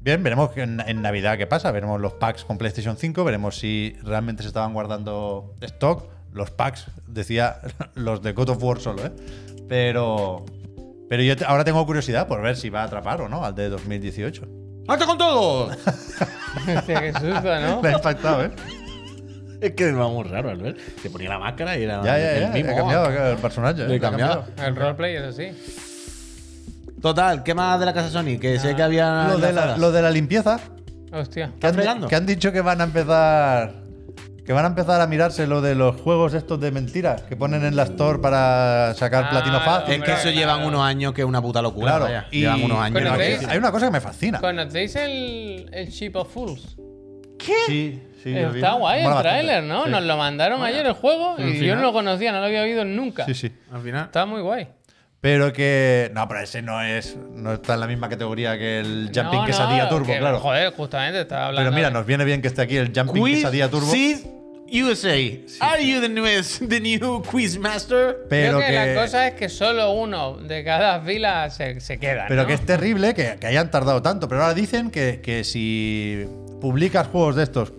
Bien, veremos que en, en Navidad qué pasa. Veremos los packs con PlayStation 5. Veremos si realmente se estaban guardando stock. Los packs, decía los de God of War solo, ¿eh? Pero. Pero yo te- ahora tengo curiosidad por ver si va a atrapar o no al de 2018. ¡Hasta con todo! Hostia, qué susto, ¿no? Me ha impactado, ¿eh? es que me va muy raro, Albert. Se ponía la máscara y era Ya, ya, Ah, el ya. mismo. He cambiado el personaje. ¿eh? Le he Lo he cambiado. cambiado. El roleplay, eso sí. Total, ¿qué más de la casa Sony? Que sé que había. Lo de, la, enlazadas. lo de la limpieza. Hostia. ¿Estás que han, fregando? que han dicho que van a empezar que van a empezar a mirarse lo de los juegos estos de mentiras que ponen en la store para sacar Ah, platino fácil. Es que eso Hombre, llevan claro. unos años que es una puta locura. claro. vaya. Y- llevan unos años. Pero ¿no? ¿qué? Que- hay una cosa que me fascina. ¿Conocéis el, el Ship of Fools? Sí, sí, lo vi. Está guay el Mola bastante. tráiler, ¿no? Sí. Nos lo mandaron ayer el juego al y yo final. no lo conocía, no lo había oído nunca. Sí, sí. Al final. Está muy guay. Pero que no, pero ese no es no está en la misma categoría que el Jumping No, Quesadilla no, Turbo, que, claro. Joder, justamente estaba hablando. pero mira, de- nos viene bien que esté aquí el Jumping Quiz Quesadilla Turbo, Sid USA. Are you the new, the new quizmaster? Creo pero que, que, la cosa es que solo uno de cada fila se, se queda. Pero Ah, ¿no? que es terrible que, que hayan tardado tanto. Pero ahora dicen que, que si publicas juegos de estos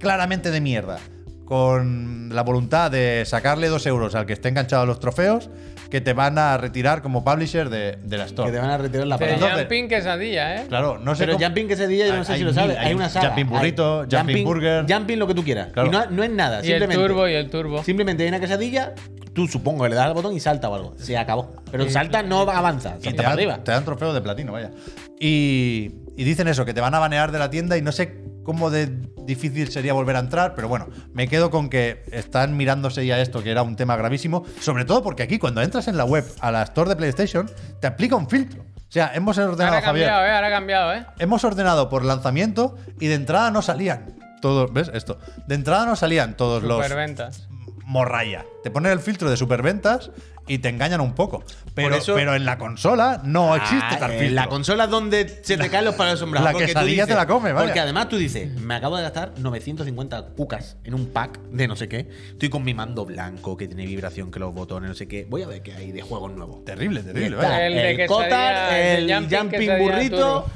claramente de mierda, con la voluntad de sacarle dos euros al que esté enganchado a los trofeos, que te van a retirar como publisher de, de la Que te store. van a retirar la Pero palabra. entonces- Jumping Quesadilla, ¿eh? Claro, no sé Pero cómo- Jumping ese día, yo no sé Hay- si lo hay sabes. mil- Hay una saga. Jumping burrito, Hay jumping burger. Jumping lo que tú quieras. Claro. Y no, no es nada. Y el simplemente. turbo y el turbo. Simplemente hay una quesadilla. Tú supongo que le das al botón y salta o algo. Se acabó. Pero salta, no avanza. Y Salta te para dan, arriba. te dan trofeos de platino, vaya. Y, y dicen eso, que te van a banear de la tienda y no sé cómo de difícil sería volver a entrar, pero bueno, me quedo con que están mirándose ya esto, que era un tema gravísimo, sobre todo porque aquí cuando entras en la web a la store de PlayStation, te aplica un filtro. O sea, hemos ordenado, Ahora ha Javier, cambiado, ¿eh? Ahora ha cambiado, ¿eh? hemos ordenado por lanzamiento y de entrada no salían todos, ¿ves esto? De entrada no salían todos los Superventas. morralla. Te ponen el filtro de superventas y te engañan un poco. Pero, Por eso- pero en la consola no existe Ah, tal eh, filtro. La consola es donde se te caen los palos asombrados. Oh, la porque tú quesadilla te la come, vaya. Porque además tú dices, me acabo de gastar 950 cucas en un pack de no sé qué. Estoy con mi mando blanco que tiene vibración, que los botones, no sé qué. Voy a ver qué hay de juegos nuevos. Terrible, terrible. Está vaya. vale. el, El de quesadilla- Cotar, el, el de jumping, jumping quesadilla burrito,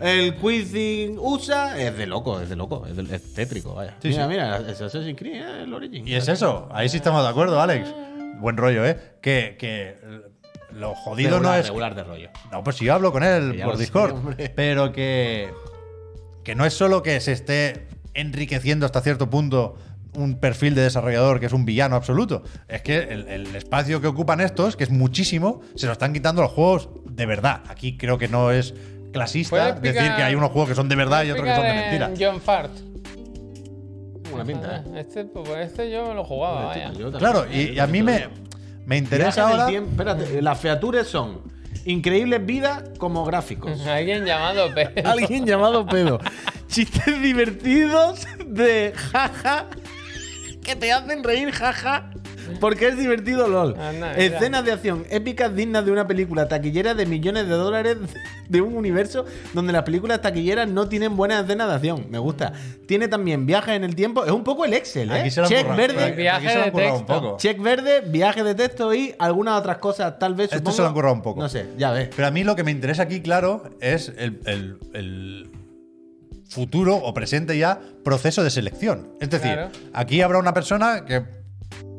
el quizzing USA. Es de loco, es de loco, es, de- es tétrico, vaya. Sí, mira, sí. mira, es Assassin's Creed, eh, el Origin. Y es eso. Ahí sí estamos de acuerdo, Alex. Buen rollo, ¿eh? Que, que lo jodido regular, no es. regular de rollo. No, pues si yo hablo con él Que ya por lo sé, Discord. hombre. pero que. Que no es solo que se esté enriqueciendo hasta cierto punto un perfil de desarrollador que es un villano absoluto. Es que el, el espacio que ocupan estos, que es muchísimo, se lo están quitando los juegos de verdad. Aquí creo que no es ¿Puedes clasista explicar- decir que hay unos juegos que son de verdad y otros que son de Explicar en mentira. John Fart. Una pinta, ¿eh? Este, pues este yo me lo jugaba, Este, vaya. pues, yo también. Claro, y, y a mí me, me interesa Viajes del ahora. tiempo- espérate, las features son increíbles vidas como gráficos. Pues Alguien llamado Pedro. Alguien llamado pedo. Chistes divertidos de jaja. Que te hacen reír, jaja. Porque es divertido, LOL. Anda, mira. Escenas de acción épicas dignas de una película taquillera de millones de dólares de un universo donde las películas taquilleras no tienen buenas escenas de acción. Me gusta. Tiene también viajes en el tiempo. Es un poco el Excel, ¿eh? Aquí se lo han Check currado, verde, aquí se lo Viaje han de currado un texto. poco. Check verde, viaje de texto y algunas otras cosas, tal vez. Esto supongo. se lo han currado un poco. No sé, ya ves. Pero a mí lo que me interesa aquí, claro, es el, el- el futuro o presente ya proceso de selección. Es decir, Claro. aquí habrá una persona que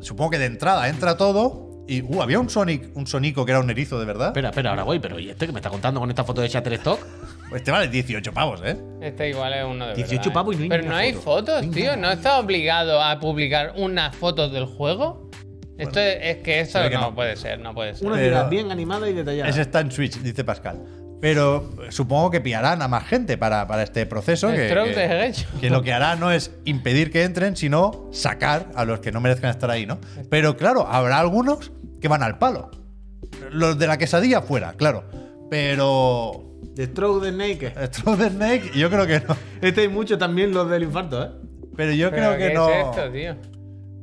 supongo que de entrada entra todo y uh, había un Sonic, un Sonico que era un erizo de verdad. Espera, espera, ahora voy, pero ¿y este que me está contando con esta foto de Shutterstock? Pues te vale 18 pavos, ¿eh? Este igual es uno de 18 verdad, ¿eh? pavos y no hay Pero ni no una hay foto. fotos, tío. ¿No está obligado a publicar unas fotos del juego? Esto es, es que eso se no, ve que no. puede ser, no puede ser. Una Pero- ciudad bien animada y detallada. Eh, Ese está en Switch, dice Pascal. Pero eh, supongo que pillarán a más gente para, para este proceso. Que, Stroke de que, derecho. que lo que hará no es impedir que entren, sino sacar a los que no merezcan estar ahí, ¿no? Pero claro, habrá algunos que van al palo. Los de la quesadilla fuera, claro. Pero. De Stroke de Naked. Stroke the Snake, yo creo que no. Este hay mucho también los del infarto, ¿eh? Pero yo Pero creo que ¿qué no. Es esto, tío?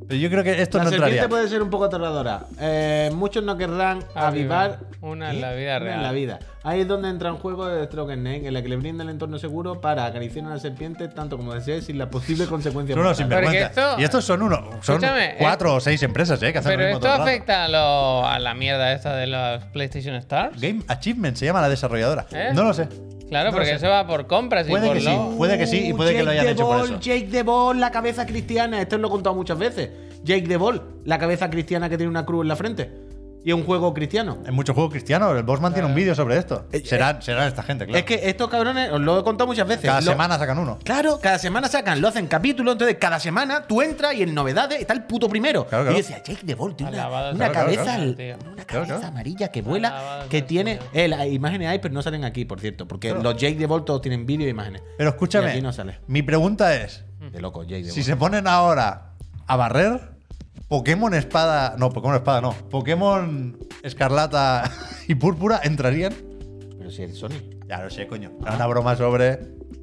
pero yo creo que esto la no serpiente entraría. puede ser un poco aterradora. Eh, muchos no querrán avivar. Una en la vida Una real. En la vida. Ahí es donde entra en juego de Stroke and Snake, en la que le brinda el entorno seguro para acariciar a la serpiente tanto como desee, sin las posibles consecuencias. Son unos mortales. sinvergüenzas. Porque esto- y estos son uno, son Escúchame, eh, cuatro o seis empresas, ¿eh? Que hacen lo Pero mismo esto todo el rato. afecta a, lo- a la mierda esta de los PlayStation Stars. Game Achievement se llama la desarrolladora. ¿Eh? No lo sé. Claro, porque eso va por compras y Puede por que sí. lo. Puede que sí y puede que lo Jake hayan the hecho por Ball, eso. Jake the Ball, la cabeza cristiana. Esto lo he contado muchas veces. Jake the Ball, la cabeza cristiana que tiene una cruz en la frente. Y es un juego cristiano. En muchos juegos cristianos, el Bossman tiene un vídeo sobre esto. Eh, Serán, serán esta gente, claro. Es que estos cabrones, os lo he contado muchas veces. Cada lo- semana sacan uno. Claro, cada semana sacan, lo hacen capítulo, entonces cada semana tú entras y en novedades está el puto primero. Claro, claro. Y yo decía, Jake de Ball, tiene una, Alabado una sea el cabeza, Señor, al- tío. una Claro, cabeza claro. amarilla que Alabado vuela, sea que el tiene... Señor. Eh, las imágenes hay, pero no salen aquí, por cierto, porque los Jake de Ball todos tienen vídeo e imágenes. Pero Y escúchame, aquí no sale. mi pregunta es: Hmm. De loco, Jake de si Ball. se ponen ahora a barrer, Pokémon Espada. No, Pokémon Espada no. Pokémon Escarlata y Púrpura entrarían. Pero si es Sony. Ya lo sé, coño. Era una broma sobre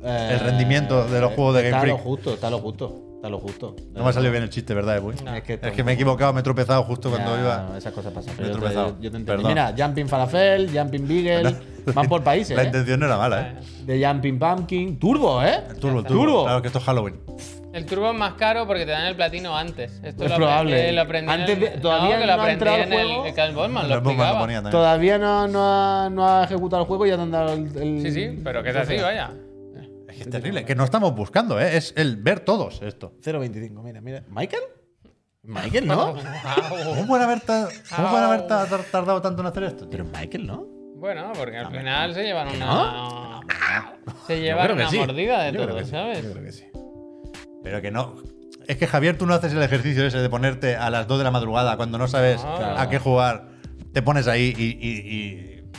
Eh, el rendimiento de los juegos de Game Está lo Freak. justo, está lo justo, está lo justo. No me ha salido bien el chiste, ¿verdad, Ebuy? No. Es que Es que me he equivocado, me he tropezado justo cuando Ya, iba. Esas cosas pasan. Me Pero he yo, te, tropezado. yo te entendí. Perdón. Mira, Jumping Falafel, Jumping Beagle, van por países. La ¿eh? intención no era mala, ¿eh? De Jumping Pumpkin. Turbo, ¿eh? Turbo, turbo. Turbo. Claro que esto es Halloween. El turbo es más caro porque te dan el platino antes. Esto Es lo probable. aprendí- lo aprendí en Antes de- el- todavía que no lo ha aprendí entrado en el el, juego. el Cal Ballman, lo Los bombas lo explicaba. ponía también. Todavía no, no, ha, no ha ejecutado el juego y ya te han dado el. el- Sí, sí, pero que es así, vaya. Es que es terrible, que no estamos buscando, ¿eh? es el ver todos esto. 0.25, mira, mira. ¿Michael? ¿Michael no? ¿Cómo pueden haber, ta- cómo pueden haber ta- tar- tardado tanto en hacer esto? tío? Pero Michael no. Bueno, porque al final se llevan una. no? Se ¿Ah? Yo llevan creo que una sí. mordida de Yo creo todo, que sí, ¿sabes? Yo creo que sí. Pero que no. Es que Javier, tú no haces el ejercicio ese de ponerte a las 2 de la madrugada cuando no sabes Ah. No. a qué jugar. Te pones ahí y, y- y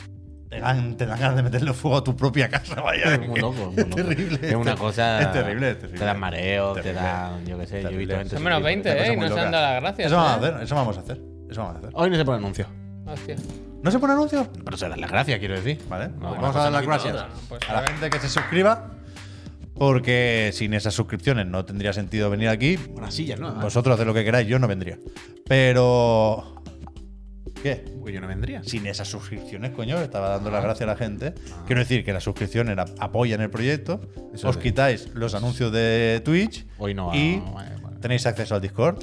te, dan, te dan ganas de meterle fuego a tu propia casa. Vaya, Es muy que- loco, es muy es loco. terrible. Es una Es cosa. terrible, es terrible. Te dan mareos, te Terrible. dan. Yo qué sé, yo he visto Terrible. gente. Son Son menos sufrir. 20, Una cosa ¿eh? Y muy no se loca. han dado las gracias. Eso vamos a ¿eh? hacer, eso vamos a hacer. Eso vamos a hacer. Hoy no se pone anuncio. Hostia. Eh, ¿No se pone anuncio? Pero se dan las gracias, quiero decir. Vale, pues una vamos a cosa dar las no quita gracias otra, ¿no? Pues, a a la ver. gente que se suscriba, porque sin esas suscripciones no tendría sentido venir aquí. Una silla, ¿no? ¿eh? Vosotros haced lo que queráis, yo no vendría. Pero. ¿Qué? Pues yo no vendría. Sin esas suscripciones, coño, estaba dando Ah. las gracias a la gente. Quiero decir que las suscripciones ap- apoyan el proyecto, Eso os sí. quitáis los anuncios de Twitch Hoy no eh. Uh. va- y vale, vale. tenéis acceso al Discord.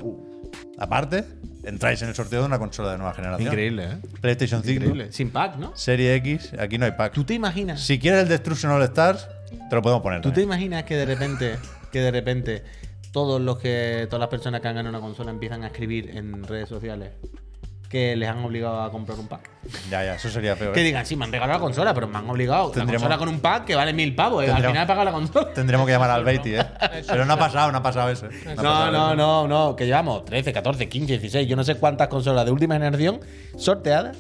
Aparte, entráis en el sorteo de una consola de nueva generación. Increíble, ¿eh? PlayStation 5, Increíble. Sin pack, ¿no? Serie X, aquí no hay pack. ¿Tú te imaginas? Si quieres el Destruction All Stars, te lo podemos poner. ¿Tú te también. imaginas que de repente, que de repente todos los que todas las personas que han ganado una consola empiezan a escribir en redes sociales? que les han obligado a comprar un pack. Ya, ya, eso sería ¿eh? peor. Que digan, sí, me han regalado la consola, pero me han obligado. La Tendríamos- consola con un pack que vale mil pavos. eh, Al Tendríamos- final he pagado la consola. Tendremos que llamar al Beatty, ¿eh? Pero no ha pasado, no ha pasado eso. ¿eh? No, pues, ha No, pasado eso. no, no, no, que llevamos 13, 14, 15, 16, yo no sé cuántas consolas de última generación sorteadas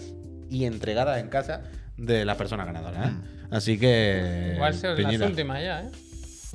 y entregadas en casa de las personas ganadoras. ¿eh? Así que. Igual son las Peñita. últimas ya, ¿eh?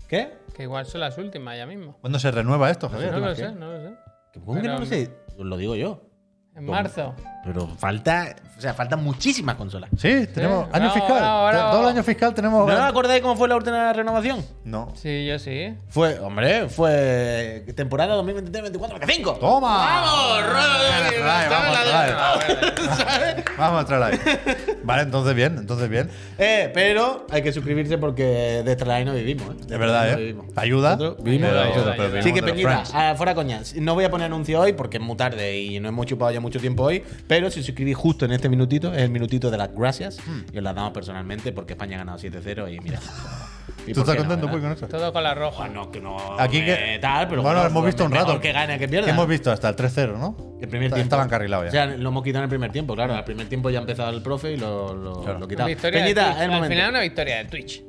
¿Qué? Que igual son las últimas ya mismo. ¿Cuándo se renueva esto, Javier? No lo ¿Qué? sé, no lo sé. ¿Cómo que Pero- no lo sé? Os lo digo yo. En marzo. Pero falta. O sea, faltan muchísimas consolas. Sí, tenemos Sí. año Bravo, fiscal. bravo, bravo. Todo el año fiscal ¿No tenemos. os acordáis cómo fue la última renovación? No. Sí, yo sí. Fue, hombre, fue temporada 2023, 24, 25. ¡Toma! ¡Vamos, Vale, Rodri! Dame vale, vamos la otra vez. de- Vamos a entrar ahí. Vale, entonces bien, entonces bien. Eh, pero hay que suscribirse porque de Trelay no vivimos, ¿eh? Es verdad, No ¿eh? vivimos. Ayuda. Nosotros vivimos Ayuda, de ayuda, nosotros. pero ayuda. Así que, de los Peñita, friends. ah, fuera coña. No voy a poner anuncio hoy porque es muy tarde y no hemos chupado ya mucho tiempo hoy. Pero si os suscribís justo en este minutito, es el minutito de las gracias. Y os las damos personalmente porque España ha ganado 7-0 y mira. ¿Y ¿Tú por estás qué no, contento, verdad? pues, con esto? Todo con la roja. Bueno, que no. Aquí me- que- Tal, pero Bueno, hemos visto un mejor rato. Que gane, que pierda. Hemos visto hasta el 3-0, ¿no? El primer Está- tiempo. Estaba encarrilado ya. O sea, lo hemos quitado en el primer tiempo, claro. Al primer tiempo ya ha empezado el profe y lo, lo, Claro. lo Una quitamos. victoria de Peñita, Twitch. es Al el momento. final una victoria de Twitch.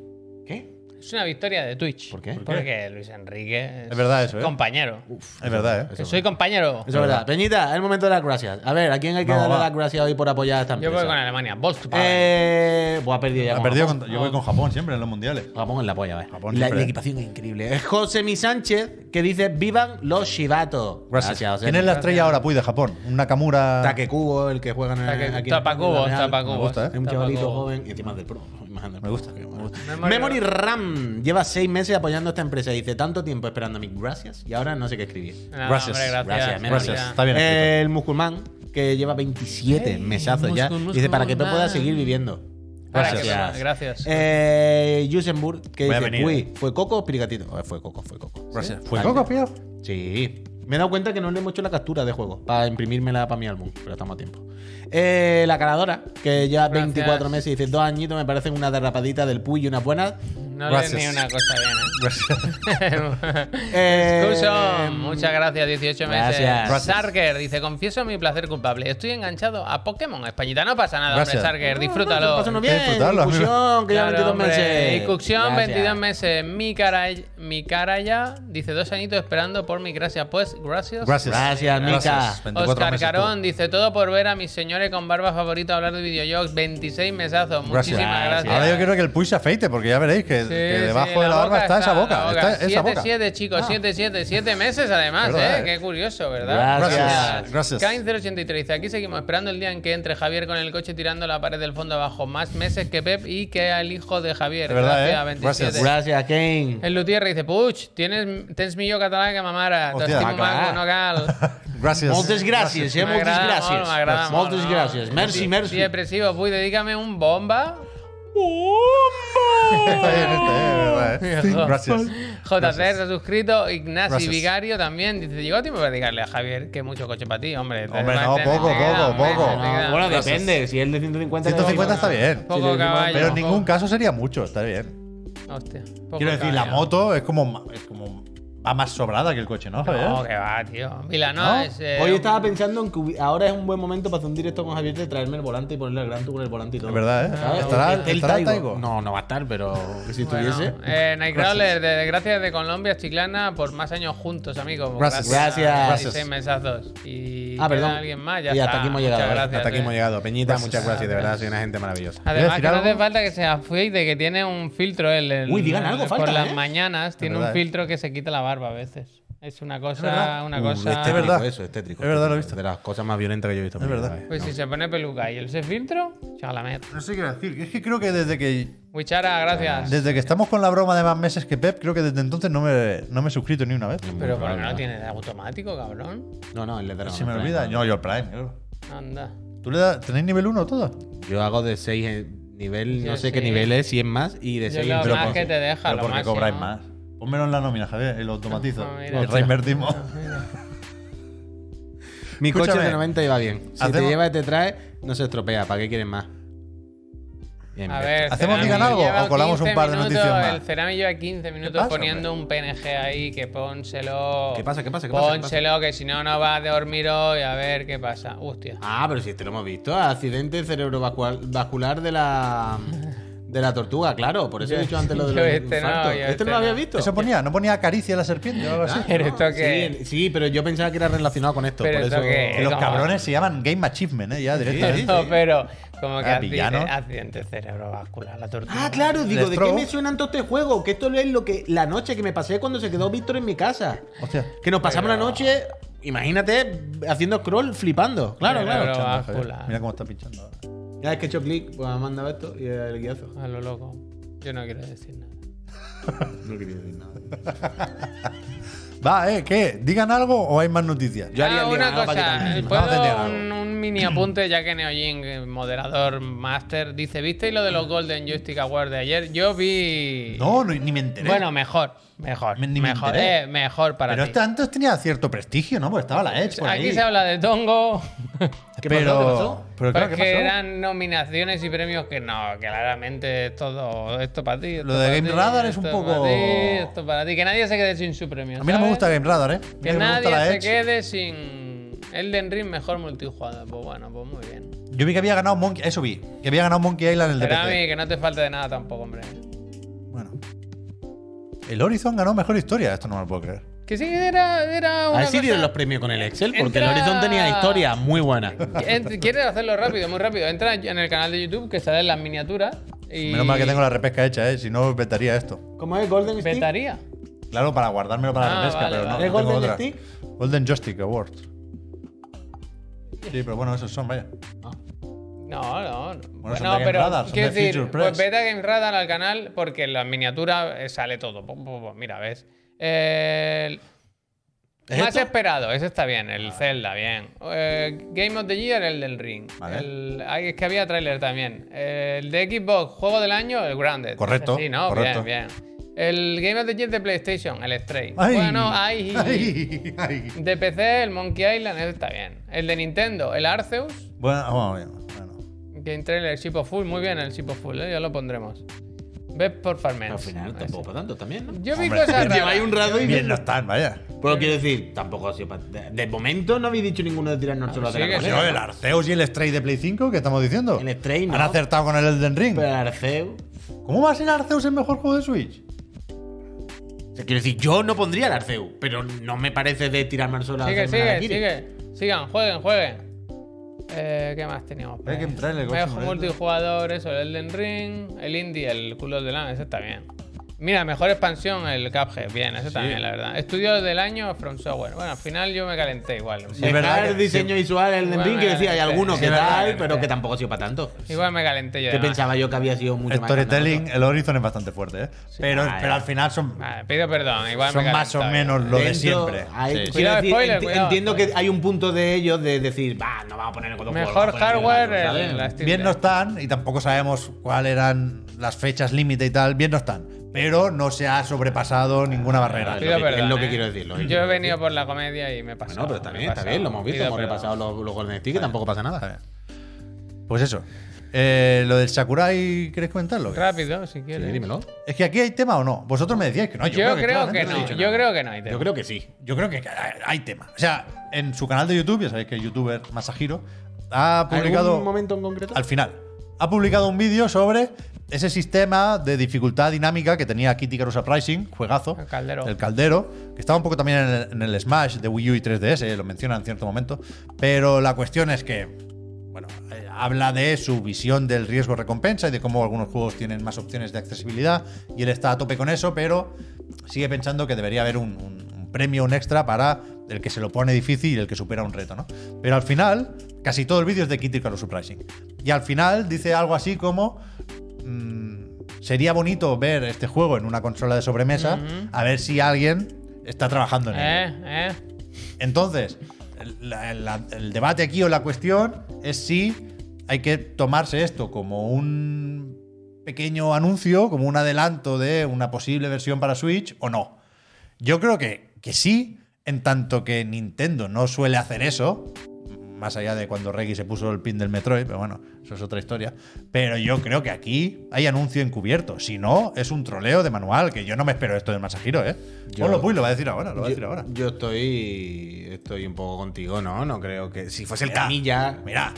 ¿Qué? Es una victoria de Twitch. ¿Por qué? ¿Por qué? Porque Luis Enrique es, Es verdad eso, ¿eh? compañero. es verdad, ¿eh? Que soy compañero. Eso es verdad. Peñita, es el momento de las gracias. A ver, ¿a quién hay que Vamos, darle va. las gracias hoy por apoyar a esta Yo empresa? voy con Alemania. Volkswagen. Eh, pues ha perdido ya. Ha con perdido Japón. con- yo voy con Japón siempre en los mundiales. Japón en la polla, ¿ves? Japón la, siempre. la equipación es increíble. ¿eh? Es José Mi Sánchez que dice: ¡Vivan los Shibatos! Gracias. José. ¿Quién es la estrella ahora, Puy, de Japón? Un Nakamura. Taque Cubo, el que juega en Taque- aquí Tapacubos, en la Real. tapacubos. Me gusta, ¿eh? Es un Tapacubos. chavalito joven y encima es del pro. Imagínate, Me gusta. Memory- Memory RAM lleva seis meses apoyando a esta empresa. Dice tanto tiempo esperando a mis gracias y ahora no sé qué escribir. No, Gracias. Ah, hombre, gracias. Gracias, Mira, gracias. mira. Está bien escrito. el musulmán que lleva 27 Ey, mesazos ya. muscul, dice muscul, para que tú man. puedas seguir viviendo. Para Gracias. que sepa- gracias. Eh, Yusenburg que Voy a dice, venir, uy, ¿fue Coco o Pirigatito? Eh, fue Coco, fue Coco. Gracias. ¿Sí? ¿Fue Vale. Coco, pío? Sí. Me he dado cuenta que no le hemos hecho la captura de juego para imprimírmela para mi álbum, pero estamos a tiempo. Eh, la caladora, que ya Gracias. 24 meses y dice dos añitos, me parecen una derrapadita del Puy y unas buenas. No lees gracias. ni una cosa Gracias. bien. Eh, Cuson, muchas gracias, 18 meses. Gracias. Gracias. Sarker dice: Confieso mi placer culpable. Estoy enganchado a Pokémon. Españita, no pasa nada, Gracias. hombre, Sarker. no, Disfrútalo. pásenlo Hay que bien. disfrutarlo, amigo. Discusión, que ya Claro, 22 hombre. meses. Y Cuxión, Gracias. 22 meses. Mi cara, mi cara ya dice dos añitos esperando por mi gracias. Pues, gracias. Gracias. Gracias, Mica. Gracias. 24 Oscar meses tú. Carón dice todo por ver a mis señores con barba favorita hablar de videojuegos. 26 mesazos. Gracias. Muchísimas gracias. Ahora yo quiero que el Puy se afeite porque ya veréis que, que debajo de la barba está, esa boca. Está esa boca. 7, chicos, 7, 7, 7 meses además, Verdad, ¿eh? eh. Qué curioso, ¿verdad? Gracias. Gracias. Kain083 dice, aquí seguimos esperando el día en que entre Javier con el coche tirando la pared del fondo abajo. Más meses que Pep y que el hijo de Javier. De verdad, Gracias, ¿eh? 27. Gracias. Gracias, Kane. El Lutierre dice, puch, tienes, tens millor català que mamara. Hòstia. T'estimo, maco, Ah, clar. no cal. Gracias. Moltes gràcies, eh? Moltes M'agrada molt, gràcies. m'agrada molt, Moltes no? gràcies. Merci, merci. Depressivo, vull dedícame un bomba. Está bien este, eh, ¿verdad, eh? Hijo. Gracias. JC se ha suscrito, Ignacio Gracias. Vigario también dice, llegó a tiempo para dedicarle a Javier que mucho coche para ti, hombre. te- Hombre, no, te- te poco, queda poco, un mes, poco. te queda Ah, un bueno, mes. depende. Si es de 150. 150 está le doy bien. más. Poco Si le doy más, caballo. Pero en ningún caso sería mucho, está bien. Hostia, poco Quiero decir, la caña. moto es como, ma- es como. Va más sobrada que el coche, ¿no, Javier? No, que va, tío. Villanova ¿No? es... eh, Hoy estaba pensando en que hubi- ahora es un buen momento para hacer un directo con Javier de traerme el volante y ponerle al Gran Tour con el volante y todo. Es verdad, ¿eh? ¿Sabes? ¿Estará- El- el estará Taigo. Taigo? No, no va a estar, pero que si Bueno, estuviese. eh, Nightcrawler, de gracias de Colombia, Chiclana, por más años juntos, amigos. Gracias. Gracias. 16 mesazos. Y Ah, perdón. queda alguien más, ya y hasta está. aquí hemos llegado. Muchas ¿eh? gracias, hasta aquí eh. hemos llegado. Peñita, Gracias. muchas gracias. De verdad, soy una gente maravillosa. Además, decir que no hace algo? falta que se afíe de que tiene un filtro él. el- Uy, digan algo, el- falta, Por las ¿eh? mañanas tiene un verdad, ¿eh? filtro que se quita la barba a veces. Es una cosa, verdad. una Uh, cosa. es tétrico verdad. eso, es tétrico. Es verdad, lo he tétrico. visto. De las cosas más violentas que yo he visto. en Es mi vida, verdad. ¿eh? Pues si se pone peluca y él se filtro, chalamet. No sé qué decir. Es que creo que desde que Wichara, gracias. Desde que estamos con la broma de más meses que Pep, creo que desde entonces no me, no me he suscrito ni una vez. Pero ¿por qué no tiene automático, cabrón? No, no, el de dragón. Se me el olvida. dragón. No, yo el Prime. claro. Anda. ¿Tú le das, ¿Tenéis nivel 1 todo? Yo hago de 6 en nivel, no Yo sé qué sí. nivel es, 100 más, y de Yo 6 lo en Pero dragón. más que te deja, pero lo porque máximo. cobráis más. Pónmelo en la nómina, Javier, y lo automatizo. Ah, mira. y reinvertimos. Mi coche Escúchame. de 90 iba bien. Si te Hacemos- lleva y te trae, no se estropea. ¿Para qué quieres más? Y Bien, A bien. ver, ¿Hacemos Cerami digan algo lleva o colamos un 15 par de minutos, noticias más? El Cerami lleva 15 minutos pasa, poniendo un PNG ahí, que pónselo. ¿Qué pasa, qué pasa, qué pasa, qué pasa? Pónselo, que si no, no vas a dormir hoy. A ver qué pasa. Hostia. Ah, pero si este lo hemos visto. Accidente cerebrovascular de la. De la tortuga, claro. Por eso he Yo- dicho antes lo de yo los este no, infartos. yo ¿Este, este no lo había no. visto? Eso ponía, no ponía acaricia a la serpiente o algo así. ¿Pero esto qué? Ah, sí, sí, pero yo pensaba que era relacionado con esto. ¿Pero por esto eso... qué? Que los como- cabrones se llaman Game Achievement, ¿eh? Ya directamente. No, pero como que Ah, accidente, villano. accidente cerebrovascular, la tortuga. Ah, claro, digo, ¿de qué Stroke. me suenan todos estos juegos? Que esto es lo que la noche que me pasé cuando se quedó Víctor en mi casa. Hostia. Que nos pasamos la noche, imagínate, haciendo scroll, flipando. Claro, claro. Cerebrovascular. Mira cómo está pinchando ahora. Cada vez que he hecho clic, pues me mandaba esto y el guiazo. A lo loco. Yo no quiero decir nada. No quería decir nada. Va, eh, ¿qué? ¿Digan algo o hay más noticias? Yo haría ah, el una diagrama para quitar cosa, el Vamos a hacer puedo un, diálogo. un mini apunte ya que Neojin, eh, moderador master, dice, ¿visteis lo de los Golden Joystick Awards de ayer? Yo vi... No, no, ni me enteré. bueno, mejor, mejor, Me- ni me mejor, enteré. eh, mejor para pero ti. este antes tenía cierto prestigio, ¿no? Porque estaba la Edge por Aquí ahí. se habla de Tongo, ¿Qué pasó? pero, ¿Qué pasó? pero claro, ¿qué porque pasó? eran nominaciones y premios que no, claramente es todo esto para ti. esto Lo de para Game ti, Radar es un esto poco- Para ti, esto para ti, que nadie se quede sin su premio. A mí no me ¿sabes? gusta Game Radar, ¿eh? Que Mira me nadie gusta la se Edge. quede sin Elden Ring mejor multijugador. Pues bueno, pues muy bien. Yo vi que había ganado Monkey... Eso vi. Que había ganado Monkey Island el de Pero a PC. mí que no te falte de nada tampoco, hombre. Bueno. El Horizon ganó mejor historia. Esto no me lo puedo creer. Que sí, era, era A una ver si dieron cosa- los premios con el Excel, porque Entra- el Horizon tenía historias muy buenas. Ent- Quieres hacerlo rápido, muy rápido. Entra en el canal de YouTube que salen las miniaturas y... Menos mal que tengo la repesca hecha, ¿eh? Si no, vetaría esto. ¿Cómo es Golden Stick? Petaría. Claro, para guardármelo para Ah, la repesca, vale, pero no, vale. no ¿Es tengo Golden otra. Stick? Golden Joystick Awards. Sí, pero bueno, esos son, vaya. No, no. no. Bueno, son de Game Radar, son quiero de decir, Future pues Press. vete a Game Radar al canal porque en las miniaturas eh, sale todo. Pum, pum, pum. Mira, ves. El- ¿Es Más esto? esperado, ese está bien, el Zelda, bien. Eh, Game of the Year, el del Ring. Vale. El- ay, es que había trailer también. El de Xbox, juego del año, el Grounded. Correcto, Sí, no, correcto. bien, bien. El Game of the Year de PlayStation, el Stray. ¡Ay! Bueno, ay, ¡Ay! ay. De PC, el Monkey Island, ese está bien. El de Nintendo, el Arceus, Bueno, vamos bien. Bueno. Game Trailer, Ship of Full, muy bien el Ship of Full, ¿eh? ya lo pondremos. Ves por Farmers. Al final, tampoco para tanto, también, ¿no? Pues Yo vi Hombre, cosas raras. Lleváis un rato y. Bien, no están, vaya. Pero quiero decir, tampoco ha sido pa- De, de momento no habéis dicho ninguno de tirarnos solo Ah, sí, de la que sí. Yo, carrera. el Arceus y el Stray de Play 5, ¿qué estamos diciendo? El Stray, no. Han acertado con el Elden Ring. Pero el Arceu. ¿Cómo va a ser Arceus el mejor juego de Switch? O sea, quiero decir, yo no pondría el Arceu, pero no me parece de tirarme al solo a Sigue, hacerme sigue, harakiri. sigue. Sigan, jueguen, jueguen. Eh, ¿Qué más teníamos? por Hay que ahí? entrar en el Mejor Ghost Simulator. multijugador, eso, el Elden Ring, el Indie, el culo del año, ese está bien. Mira, mejor expansión, el Cuphead, bien, ese también, la verdad. Estudio del año, From Software. Bueno, al final yo me calenté igual. Si es verdad el que- diseño visual, el Igual de Ring, me que decía, hay gané, algunos sí, que es verdad, me tal, gané. pero que tampoco ha sido para tanto. Igual me calenté yo. Que de más. pensaba yo que había sido mucho más. Storytelling, el Horizon es bastante fuerte, ¿eh? Pero, vale. pero al final son, Vale, pido perdón, igual son me más o calentaba. menos lo de ¿eh? Dentro siempre. hay- Sí. quiero Cuidado, decir, spoiler, enti- cuidando. entiendo que hay un punto de ellos de decir, va, no vamos a poner el Call of Duty, Mejor vamos a poner el hardware, Horizon", el- ¿sabes? las Bien no están y tampoco sabemos cuáles eran las fechas límite y tal. Bien no están. Pero no se ha sobrepasado ninguna barrera. Pido- Pido que- perdón, es lo que ¿eh? quiero decir, lo que yo quiero he venido por la comedia y me he pasado. Bueno, pero está me he bien, está pasado. bien, lo hemos visto, Pido hemos perdón. repasado los, los Golden Stick, que tampoco pasa nada. Pues eso. Eh, lo del Sakurai, ¿queréis comentarlo? Rápido, si Sí, quieres. dímelo. Es que aquí hay tema o no. Vosotros me decíais que no. Yo, creo que, no, yo creo que no hay tema. Yo creo que sí. Yo creo que hay hay tema. O sea, en su canal de YouTube, ya sabéis que el youtuber Masahiro ha publicado. ¿Algún momento en concreto? Al final. Ha publicado un vídeo sobre ese sistema de dificultad dinámica que tenía Kitty Icarus Uprising, juegazo. El caldero. El caldero, que estaba un poco también en el, en el Smash de Wii U y 3DS, eh, lo menciona en cierto momento. Pero la cuestión es que, bueno, eh, habla de su visión del riesgo-recompensa y de cómo algunos juegos tienen más opciones de accesibilidad. Y él está a tope con eso, pero sigue pensando que debería haber un, un- un premio, un extra para el que se lo pone difícil y el que supera un reto, ¿no? Pero al final, casi todo el vídeo es de Kitty Icarus Surprising. Y al final dice algo así como mm, sería bonito ver este juego en una consola de sobremesa, a ver si alguien está trabajando en él. Eh, eh. Entonces, el- la- la- el debate aquí o la cuestión es si hay que tomarse esto como un pequeño anuncio, como un adelanto de una posible versión para Switch o no. Yo creo que, que sí, en tanto que Nintendo no suele hacer eso, más allá de cuando Reggie se puso el pin del Metroid, pero bueno, eso es otra historia. Pero yo creo que aquí hay anuncio encubierto. Si no, es un troleo de manual, que yo no me espero esto del Masahiro, ¿eh? Yo- Polo Puy lo va a decir ahora, lo va Yo, a decir ahora. yo estoy, estoy un poco contigo, ¿no? No creo que. Si fuese el Mira. Camilla, Mira,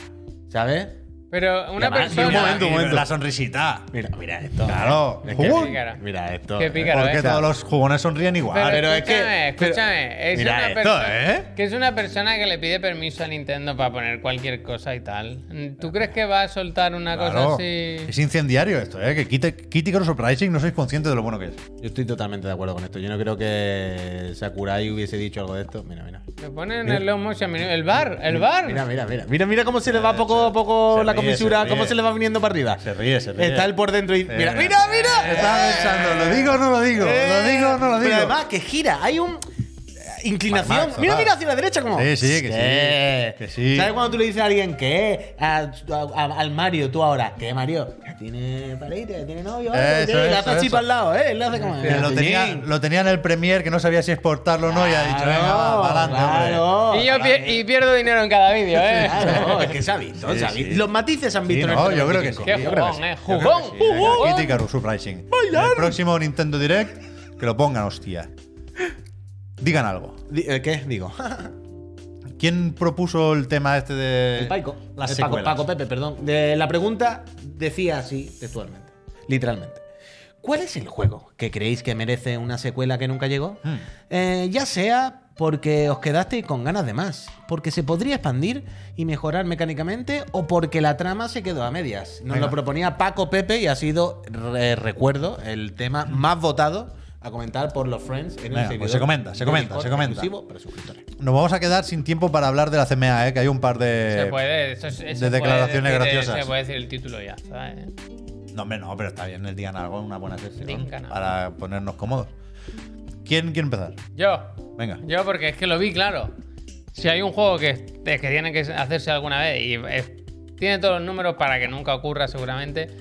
¿sabes? Pero una además, persona. un momento, un momento. la sonrisita. Mira, mira esto. Claro. Es Uy, qué pícara. que, mira esto. eh, Qué pícara. Claro, Porque esa. todos los jugones sonríen igual. Pero, Ah, pero es escúchame, que- pero- escúchame. es Mira una esto, persona, ¿eh? Que es una persona que le pide permiso a Nintendo para poner cualquier cosa y tal. ¿Tú crees que va a soltar una cosa Claro. así? Es incendiario esto, ¿eh? Que quite, Kitty Cross Surprising no sois conscientes de lo bueno que es. Yo estoy totalmente de acuerdo con esto. Yo no creo que Sakurai hubiese dicho algo de esto. Mira, mira. Le ponen el slow motion menú. El bar, el bar. Mira, mira, mira. Mira, mira cómo se le va Eh, Se- poco a poco se la ríe, comisura, se ríe. cómo se le va viniendo para arriba. Se ríe, se ríe. Está él por dentro y. Mira, Eh, mira, mira. Estaba pensando, ¿lo digo o no lo digo? ¿Lo digo o no lo Pero digo? además que gira, hay un. eh, Inclinación. Para Max, mira, para mira Max. hacia la derecha como. Sí, sí, que sí, que sí. ¿Sabes cuando tú le dices a alguien que a- a- al Mario, tú ahora, que Mario? Tiene pareja, tiene novio, o algo, Eso, tiene- le eso, hace así eso. para el lado, ¿eh? Le hace como. Que lo, tenía, lo tenía en el Premier, que no sabía si exportarlo o no, y ha dicho, venga, va, para adelante, hombre. claro, y yo pie- claro. y pierdo dinero en cada vídeo, ¿eh? Claro, es que se ha visto, Sí, se ha visto. sí. Los matices se han visto Sí, en este no, el yo creo que 35. sí. Qué Yo creo que jugón, sí. ¿eh? Yo creo que Jugón. sí. Venga, Jugón. Kitty Karu Surprising. En El próximo Nintendo Direct, que lo pongan, hostia. Digan algo. Di- eh, ¿Qué? Digo. ¿Quién propuso el tema este de. El Paico. Las el Paco, secuelas? Paco Pepe, perdón. De la pregunta decía así textualmente. Literalmente. ¿Cuál es el juego que creéis que merece una secuela que nunca llegó? Hmm. Eh, ya sea porque os quedasteis con ganas de más, porque se podría expandir y mejorar mecánicamente, o porque la trama se quedó a medias. Nos Venga. lo proponía Paco Pepe y ha sido, re- recuerdo, el tema más votado a comentar por los friends en el Venga, pues servidor se comenta, se de comenta, Discord se comenta. exclusivo para suscriptores. Nos vamos a quedar sin tiempo para hablar de la CMA, ¿eh? que hay un par de. se puede, eso es- eso de se puede declaraciones decir- eh, graciosas. Se puede decir el título ya, ¿sabes? No, hombre, no, pero está bien el Digan Algo, una buena sesión. Digan algo. Para ponernos cómodos. ¿Quién quiere empezar? Yo, Venga. yo porque es que lo vi claro. Si hay un juego que, es que tiene que hacerse alguna vez y es- tiene todos los números para que nunca ocurra seguramente,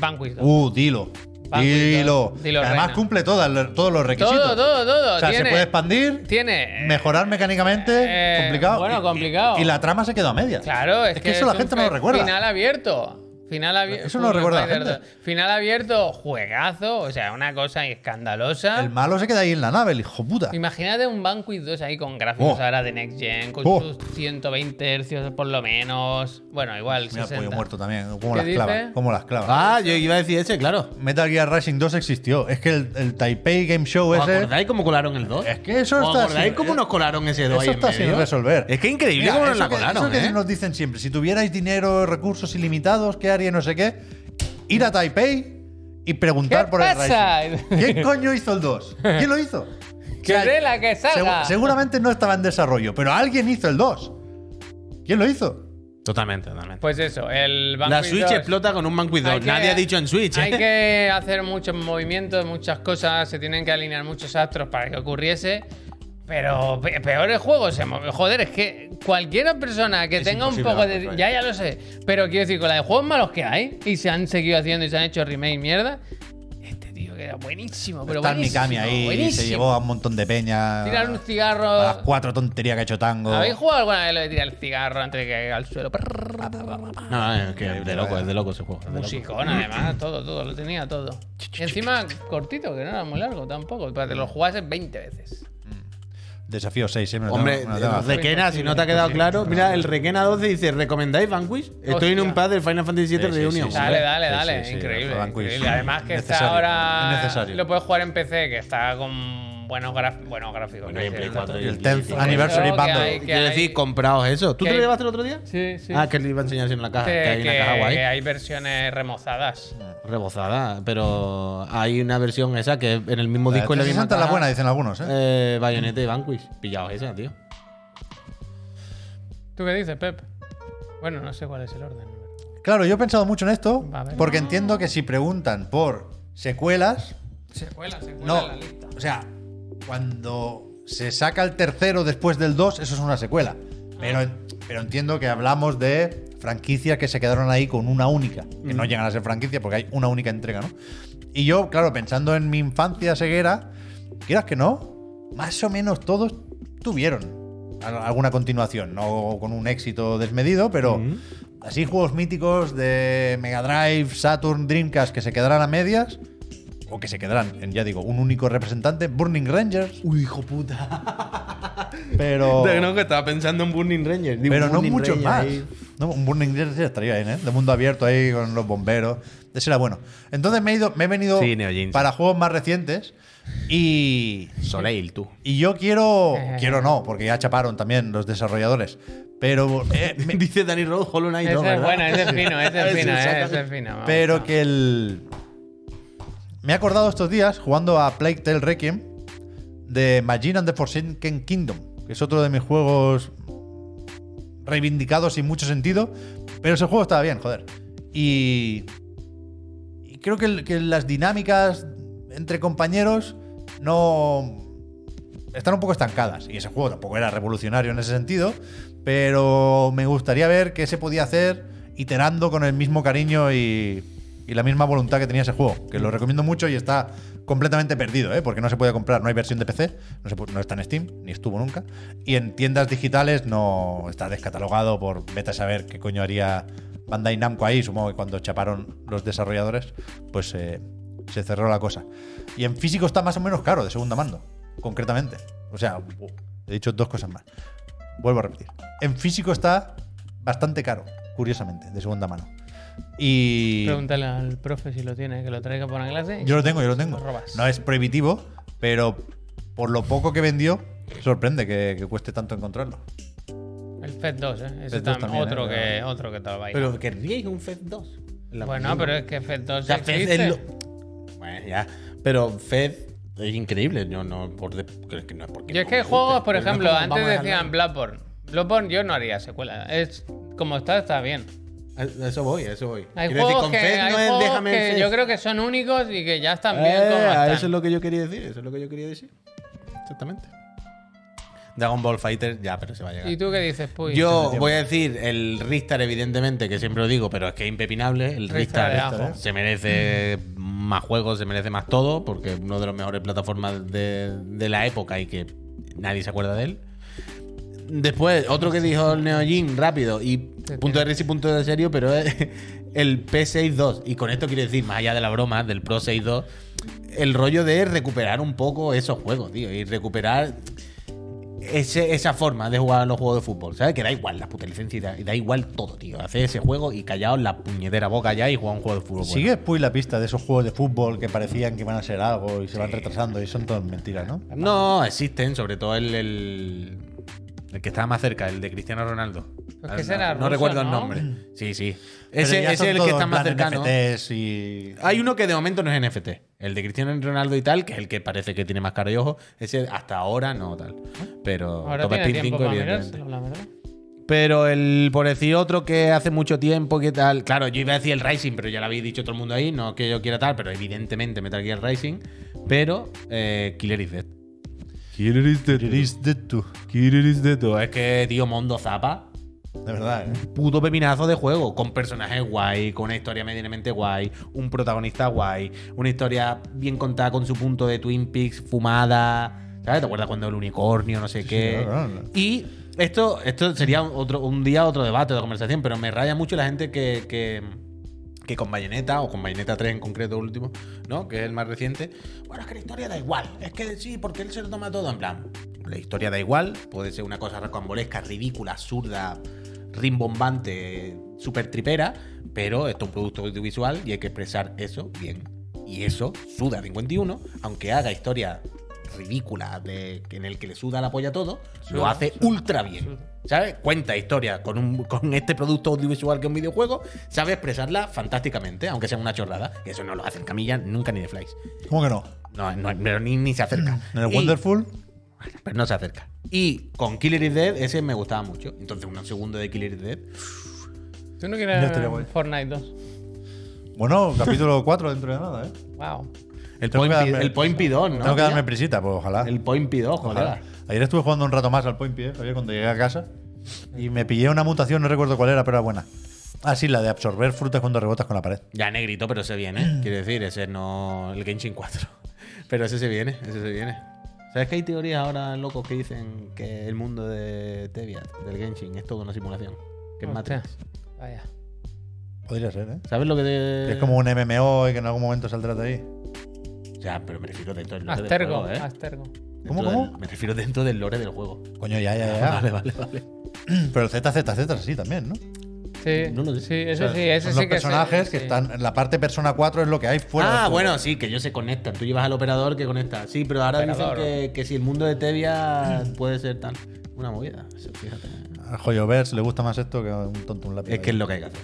Banquist 2. Uh, dilo. Banco y Dilo. todo. Dilo, Además reina. cumple todas- todos los requisitos. todo, todo, todo. O sea, tiene, se puede expandir, tiene, eh, mejorar mecánicamente, eh, complicado. bueno, Y- y- complicado. Y, la trama se quedó a medias. Claro, es, que, eso la un gente no lo fe- recuerda. Final abierto. Final abierto. Eso no lo recuerda la gente. Final abierto, juegazo, o sea, una cosa escandalosa. El malo se queda ahí en la nave, el hijo puta. Imagínate un Banquet 2 ahí con gráficos Oh. ahora de Next Gen, con Oh. sus 120 hercios por lo menos. Bueno, igual, Mira, 60. pollo muerto también. Como ¿Qué las dice? clavas. Como las clavas. Ah, yo iba a decir ese, claro. Metal Gear Rising 2 existió. Es que el, el Taipei Game Show ¿Os ese. acordáis cómo colaron el 2? Es que eso ¿Os está acordáis sin- cómo nos colaron ese 2 Eso ahí en está sin medio? resolver. Es que increíble Mira, cómo nos eso la que- colaron, eso que ¿eh? nos dicen siempre, si tuvierais dinero, recursos ilimitados, ¿qué haría no sé qué? Ir a Taipei y preguntar ¿Qué por el pasa? Rising. ¿Quién coño hizo el 2? ¿Quién lo hizo? ¡Que de la que segu- salga! seguramente no estaba en desarrollo, pero alguien hizo el 2. ¿Quién lo hizo? Totalmente, totalmente. Pues eso, el la Banquet Switch 2. explota con un Banco Hay 2. que- Nadie ha dicho en Switch, Hay ¿eh? que hacer muchos movimientos, muchas cosas, se tienen que alinear muchos astros para que ocurriese. Pero pe- peor el juego, se mo- joder, es que cualquier persona que tenga un imposible poco bajar de... el ¿eh? Ya, ya lo sé. Pero quiero decir, con la de juegos malos que hay, y se han seguido haciendo y se han hecho remake y mierda, este tío que era buenísimo, pero Está el buenísimo. Mikami ahí, buenísimo. se llevó a un montón de peña. Tirar un A las cigarro... cuatro tonterías que ha hecho Tango. ¿Habéis jugado alguna vez lo de tirar el cigarro antes de que caiga al suelo? Prrr, pa, pa, pa, pa. No, es que es de loco, es de loco ese juego. es de loco. Musicón, además, todo, todo, lo tenía todo. Y encima cortito, que no era muy largo tampoco, para que lo jugases 20 veces. Desafío 6, ¿eh? Me lo Hombre, tengo- me lo tengo que hacer. Requena, si no te ha quedado claro, mira, el Requena 12 dice, ¿recomendáis Vanquish? Estoy en Hostia. un pad del Final Fantasy VII Sí, sí, Reunion. sí, sí. Dale, dale, Sí, dale, sí, sí, increíble. Rafa Banquist. increíble. Además que está Necesario, ahora... es necesario. Lo puedes jugar en PC, que está con buenos, graf- buenos gráficos. Bueno, que y en es Play cierto. 4 Y el Sí, 10th sí, Anniversary eso que hay, Bundle. que Quiero decir, compraos eso. ¿Tú que te lo hay- llevaste el otro día? Sí, sí. Ah, que le iba a enseñar así en la caja. Que, Que hay una caja que- guay. Mm. que hay versiones remozadas. Rebozada, pero hay una versión esa que es en el mismo disco y la La misma 60 es la caja. buena, dicen algunos, ¿eh? Eh, Bayonetta y Vanquish. Pillaos esa, tío. ¿Tú qué dices, Pep? Bueno, no sé cuál es el orden. Claro, yo he pensado mucho en esto, A ver. porque entiendo que si preguntan por secuelas, Secuela, secuela no. en la lista. O sea, cuando se saca el tercero después del 2, eso es una secuela. Ah. Pero, pero entiendo que hablamos de franquicias que se quedaron ahí con una única, que no llegan a ser franquicias porque hay una única entrega, ¿no? Y yo, claro, pensando en mi infancia ceguera, quieras que no, más o menos todos tuvieron a- alguna continuación, no con un éxito desmedido, pero así juegos míticos de Mega Drive, Saturn, Dreamcast que se quedarán a medias o que se quedarán en, ya digo, un único representante, Burning Rangers, Uy, hijo puta. pero No, que estaba pensando en Burning Rangers. Digo, Oh. pero no Burning muchos Rangers más. ahí. No, un Burning Rangers estaría bien, ¿eh? De mundo abierto ahí con los bomberos. Ese era bueno. Entonces me he, ido, me he venido Sí, Neo Jinx. para juegos más recientes y, Soleil, tú. y yo quiero. Ajá. Quiero no, porque ya chaparon también los desarrolladores. Pero, eh, me- Dice Danny Rose, Hollow Knight. Ese no, es ¿verdad? bueno, ese es fino, ese A es ver si fino, lo eh, sacas. ese es fino. me ha pero gustado. que el. Me he acordado estos días jugando a Plague Tale Requiem de Majin and the Forsaken Kingdom, que es otro de mis juegos reivindicados sin mucho sentido, pero ese juego estaba bien, joder. Y, y creo que, el- que las dinámicas entre compañeros no están un poco estancadas y ese juego tampoco era revolucionario en ese sentido, pero me gustaría ver qué se podía hacer iterando con el mismo cariño y, y la misma voluntad que tenía ese juego, que lo recomiendo mucho y está completamente perdido, ¿eh? porque no se puede comprar, no hay versión de PC, no, se pu- no está en Steam, ni estuvo nunca, y en tiendas digitales no está descatalogado por vete a saber qué coño haría Bandai Namco ahí, supongo que cuando chaparon los desarrolladores, pues eh, se cerró la cosa. Y en físico está más o menos caro, de segunda mando, concretamente. O sea, he dicho dos cosas más. Vuelvo a repetir. En físico está bastante caro, curiosamente, de segunda mano. Y Pregúntale al profe si lo tiene, que lo traiga para una clase. yo lo tengo, yo lo tengo. Lo robas. No es prohibitivo, pero por lo poco que vendió, sorprende que, que cueste tanto encontrarlo. El FED 2, ¿eh? Ese FED 2 tam- también, otro, eh, que, otro que te lo va a ir. Pero querríais un Fed 2. en la Bueno, consola. pero es que FED 2 O sea, Fed existe. es lo- Bueno, ya. Pero Fed es increíble. Yo no. Por de- creo que no es porque. Yo es no que me hay juegos, por guste, pero no es ejemplo, como antes vamos a decían Bloodborne. Bloodborne yo no haría secuela. Es, como está, está bien. dejarlo. A eso voy, a eso voy. Hay Quiero decir, juegos con que, Fed hay no es juegos déjame en que Fed. yo creo que son únicos y que ya están bien Eh, como a están. eso es lo que yo quería decir, eso es lo que yo quería decir. Exactamente. Dragon Ball Fighter, ya, pero se va a llegar. ¿Y tú qué dices, Puy? Yo voy a decir el Ristar, evidentemente, que siempre lo digo, pero es que es impepinable. El Ristar Ristar, de ajo. se merece más juegos, se merece más todo, porque es uno de los mejores plataformas de, de la época y que nadie se acuerda de él. Después, otro que dijo el Neo Jin, rápido, y punto de risa y punto de serio, pero es el P6-2. Y con esto quiero decir, más allá de la broma, del Pro 6-2, el rollo de recuperar un poco esos juegos, tío, y recuperar ese- esa forma de jugar a los juegos de fútbol, ¿sabes? Que da igual las puta licencia y da, y da igual todo, tío. Hacer ese juego y callaos la puñetera boca ya y jugar un juego de fútbol. Sigue Puy la pista de esos juegos de fútbol que parecían que iban a ser algo y se van retrasando y son todas mentiras, ¿no? bueno. No, existen, sobre todo el, el, el que estaba más cerca, el de Cristiano Ronaldo. Pues que ese era no ruso, recuerdo el ¿no? nombre. Sí, sí. Pero Ese, ese ya es son el todos que en está más plan cercano. NFTs y- Hay uno que de momento no es NFT. El de Cristiano Ronaldo y tal, que es el que parece que tiene más cara y ojo. Ese hasta ahora no tal. Pero Ahora Top tiene Spin tiempo 5, para evidentemente. ¿eh? mirárselo, la verdad. Pero el, por decir otro que hace mucho tiempo, ¿qué tal? Claro, yo iba a decir el Rising, pero ya lo habéis dicho todo el mundo ahí. No que yo quiera tal, pero evidentemente Metal Gear Rising. Pero eh, Killer is Dead. Killer is Dead. It is the two. Killer is Dead. Es que, tío, Mondo Zapa. De verdad, ¿eh? Puto pepinazo de juego, con personajes guay, con una historia medianamente guay, un protagonista guay, una historia bien contada con su punto de Twin Peaks, fumada. ¿Sabes? ¿Te acuerdas cuando el unicornio, no sé qué? sí, claro, claro. Y esto, esto sería otro, un día otro debate de conversación, pero me raya mucho la gente que, que, que con Bayonetta, o con Bayonetta 3 en concreto, el último, ¿no? Que es el más reciente. Bueno, es que la historia da igual. Es que sí, porque él se lo toma todo en plan. La historia da igual, puede ser una cosa rocambolesca, ridícula, absurda, rimbombante, súper tripera, pero esto es un producto audiovisual y hay que expresar eso bien. Y eso suda 51, aunque haga historia ridícula de, en el que le suda la polla todo, lo Suda, hace ultra bien. ¿Sabes? Cuenta historia con, un, con este producto audiovisual que es un videojuego, sabe expresarla fantásticamente, aunque sea una chorrada. Que eso no lo hacen Camilla nunca ni de Flies. ¿Cómo que no? No, no, pero ni, ni se acerca. Mm, En el Y- Wonderful. pero no se acerca. Y con Killer is Dead, ese me gustaba mucho. Entonces, un segundo de Killer is Dead. ¿Tú no quieres Ya estaría guay. Fortnite 2? Bueno, capítulo 4 dentro de nada, ¿eh? Wow. El Tengo Point, que Pi- darme- el point Pidón, ¿no? Tengo que darme tío? prisita, pues ojalá. El Point Pidón, joder. Ojalá. Ayer estuve jugando un rato más al Point Pie, Javier, cuando llegué a casa. Y me pillé una mutación, no recuerdo cuál era, pero era buena. Ah, sí, la de absorber frutas cuando rebotas con la pared. Ya negrito, pero se viene. Quiero decir, ese no. El Genshin 4. Pero ese se viene, ese se viene. ¿Sabes que hay teorías ahora, locos, que dicen que el mundo de de Teviat, del Genshin. Es toda una simulación. Que es Hostia. Matrix. Vaya. Podría ser, ¿eh? ¿Sabes lo que te... Que es como un MMO y que en algún momento saldrá de ahí. O sea, pero me refiero dentro del lore del Astergo, juego, ¿eh? Astergo. Dentro ¿Cómo, cómo? del- me refiero dentro del lore del juego. Coño, ya, ya, ya. Vale, vale, vale. Pero el ZZZ sí también, ¿no? Sí, No lo sé. sí, ese O sea, sí, ese son sí que los sé, personajes que sí. están en la parte Persona 4 es lo que hay fuera. del ah, juego. bueno, sí, que ellos se conectan. Tú llevas al operador que conecta. Sí, pero ahora Operador. dicen que, que si el mundo de Tevia puede ser tan. Una movida. Eso, fíjate. A Joyovers le gusta más esto que un tonto un lápiz. Es que es lo que hay que hacer.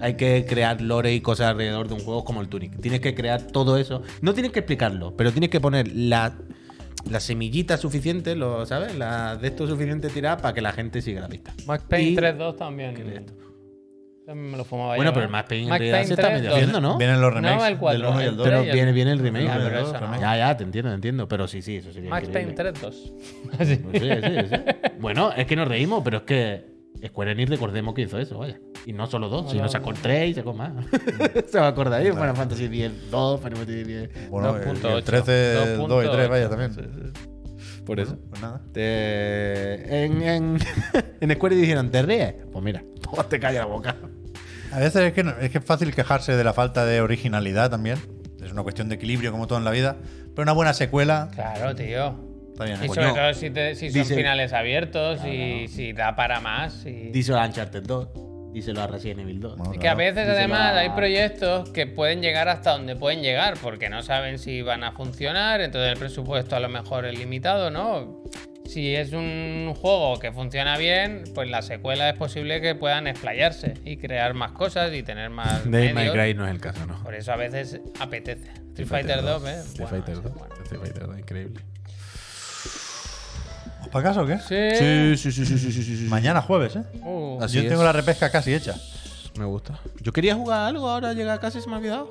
Hay que crear lore y cosas alrededor de un juego como el Tunic. Tienes que crear todo eso. No tienes que explicarlo, pero tienes que poner la, la semillita suficiente, lo, ¿sabes? La de esto suficiente tirada para que la gente siga la pista. Max Payne Y- 3.2 también. ¿Qué es esto? También me lo fumaba Bueno, yo, pero ¿eh? el Max Payne en Max realidad se está 3.2. medio haciendo, ¿no? Vienen los No, remakes el cuatro, del 1 y el el 2. tres. Pero Play, viene, el- viene el remake. Ya, ¿no? pero eso no. Ya, ya, te entiendo, te entiendo. Pero sí, sí, eso sería. Max Payne increíble. 3.2. Así. Sí, sí, sí. Bueno, es que nos reímos, pero es que Square Enix recordemos que hizo eso, vaya. Y no solo dos, No, sino no, sacó no. tres y sacó más. Se me acordáis, Final Fantasy X 2, Final Fantasy X. Bueno, el- el 2.8, 13, 2 y 3, 2.8. vaya también. Por eso. Pues nada. Te- Este, en, en, en Square dijeron, ¿te ríes? Pues mira, pues te calla la boca. A veces es que, no- es que es fácil quejarse de la falta de originalidad también. Es una cuestión de equilibrio, como todo en la vida. Pero una buena secuela Claro, tío. está bien. Y ¿eh? sobre Coño. todo si, te- si son Dice- finales abiertos y si da para más. y- Díselo a Uncharted 2, díselo a Resident Evil 2. Bueno, Es que a claro. veces Díselo además a- hay proyectos que pueden llegar hasta donde pueden llegar porque no saben si van a funcionar, entonces el presupuesto a lo mejor es limitado, ¿no? Si es un juego que funciona bien, pues la secuela es posible que puedan explayarse y crear más cosas y tener más Dave medios. no es el caso, ¿no? Por eso a veces apetece. Street Fighter 2, ¿eh? Bueno, ese es bueno. Street Fighter 2, increíble. ¿Os ¿Para casa o qué? Sí. Sí, sí, sí, sí, sí, sí, sí, sí. Mañana jueves, ¿eh? Uh, Así Yo es. tengo la repesca casi hecha. Me gusta. Yo quería jugar algo, ahora llega casi se me ha olvidado.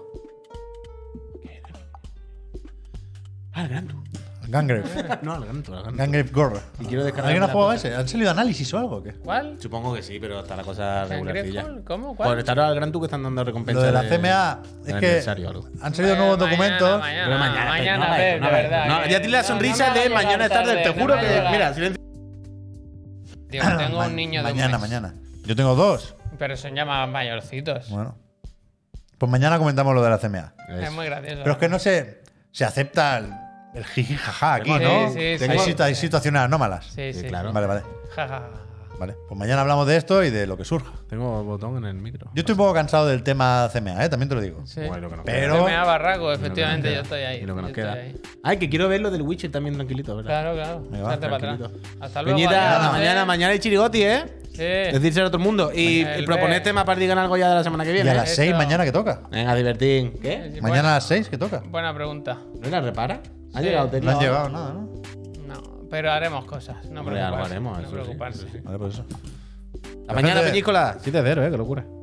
Ah, el Gran Tour. Gangrave. No, al Gran Tour, al Gran Tour. Gangrave Gore. Y quiero descargar ¿Alguien ha la jugado a puta. ese? ¿Han salido análisis o algo? o ¿Qué? ¿Cuál? Supongo que sí, pero está la cosa regularcilla. ¿Grateful? ¿Cómo? ¿Cuál? Por estar al Gran Tour que están dando recompensa. Lo de la CMA de es aniversario o que algo. han salido Eh, Mañana, mañana, nuevos documentos. Mañana, Pero mañana, Ah, mañana, pero no, a ver, ver, no, a de ver, verdad. no, que- ya tiene la no, no sonrisa me va a de llegar mañana es tarde, te no juro me va que. a llegar. Mira, silencio. Digo, tengo Ma- un niño de un Mañana, mes. mañana. Yo tengo dos. Pero son ya más mayorcitos. Bueno. Pues mañana comentamos lo de la CMA. es muy gracioso. Pero es que no se, se acepta el, el jiji jaja aquí, Sí, ¿no? sí, hay, sí. situ- hay situaciones anómalas. Sí, sí, Sí, sí. claro. Vale, vale. Ja, ja, ja. Vale. Pues mañana hablamos de esto y de lo que surja. Tengo botón en el micro. Yo estoy un poco cansado del tema CMA, ¿eh? También te lo digo. Sí. Pero- Se me da barraco, efectivamente, yo estoy ahí. Y lo que nos yo estoy queda. ahí. Ay, que quiero ver lo del Witcher también tranquilito, ¿verdad? Claro, claro. Ahí va, Echarte para atrás. tranquilito. Hasta luego. Peñita, adiós, mañana, eh. mañana el chirigoti, ¿eh? Sí. Decirse a todo el mundo. Y El proponer B. temas para que digan algo ya de la semana que Y viene. a ¿eh? las 6 Eso. mañana que toca. Venga, divertín. ¿Qué? Sí, Mañana a las 6 que toca. buena- Buena pregunta. ¿No la repara? ¿Ha Sí. llegado No han llegado nada, ¿no? No, pero haremos cosas. No Hombre, algo preocuparse. haremos, No eso sí, preocuparse. eso sí. Vale, pues eso. La mañana, Gente- película. 7 de 0, ¿eh? Qué locura.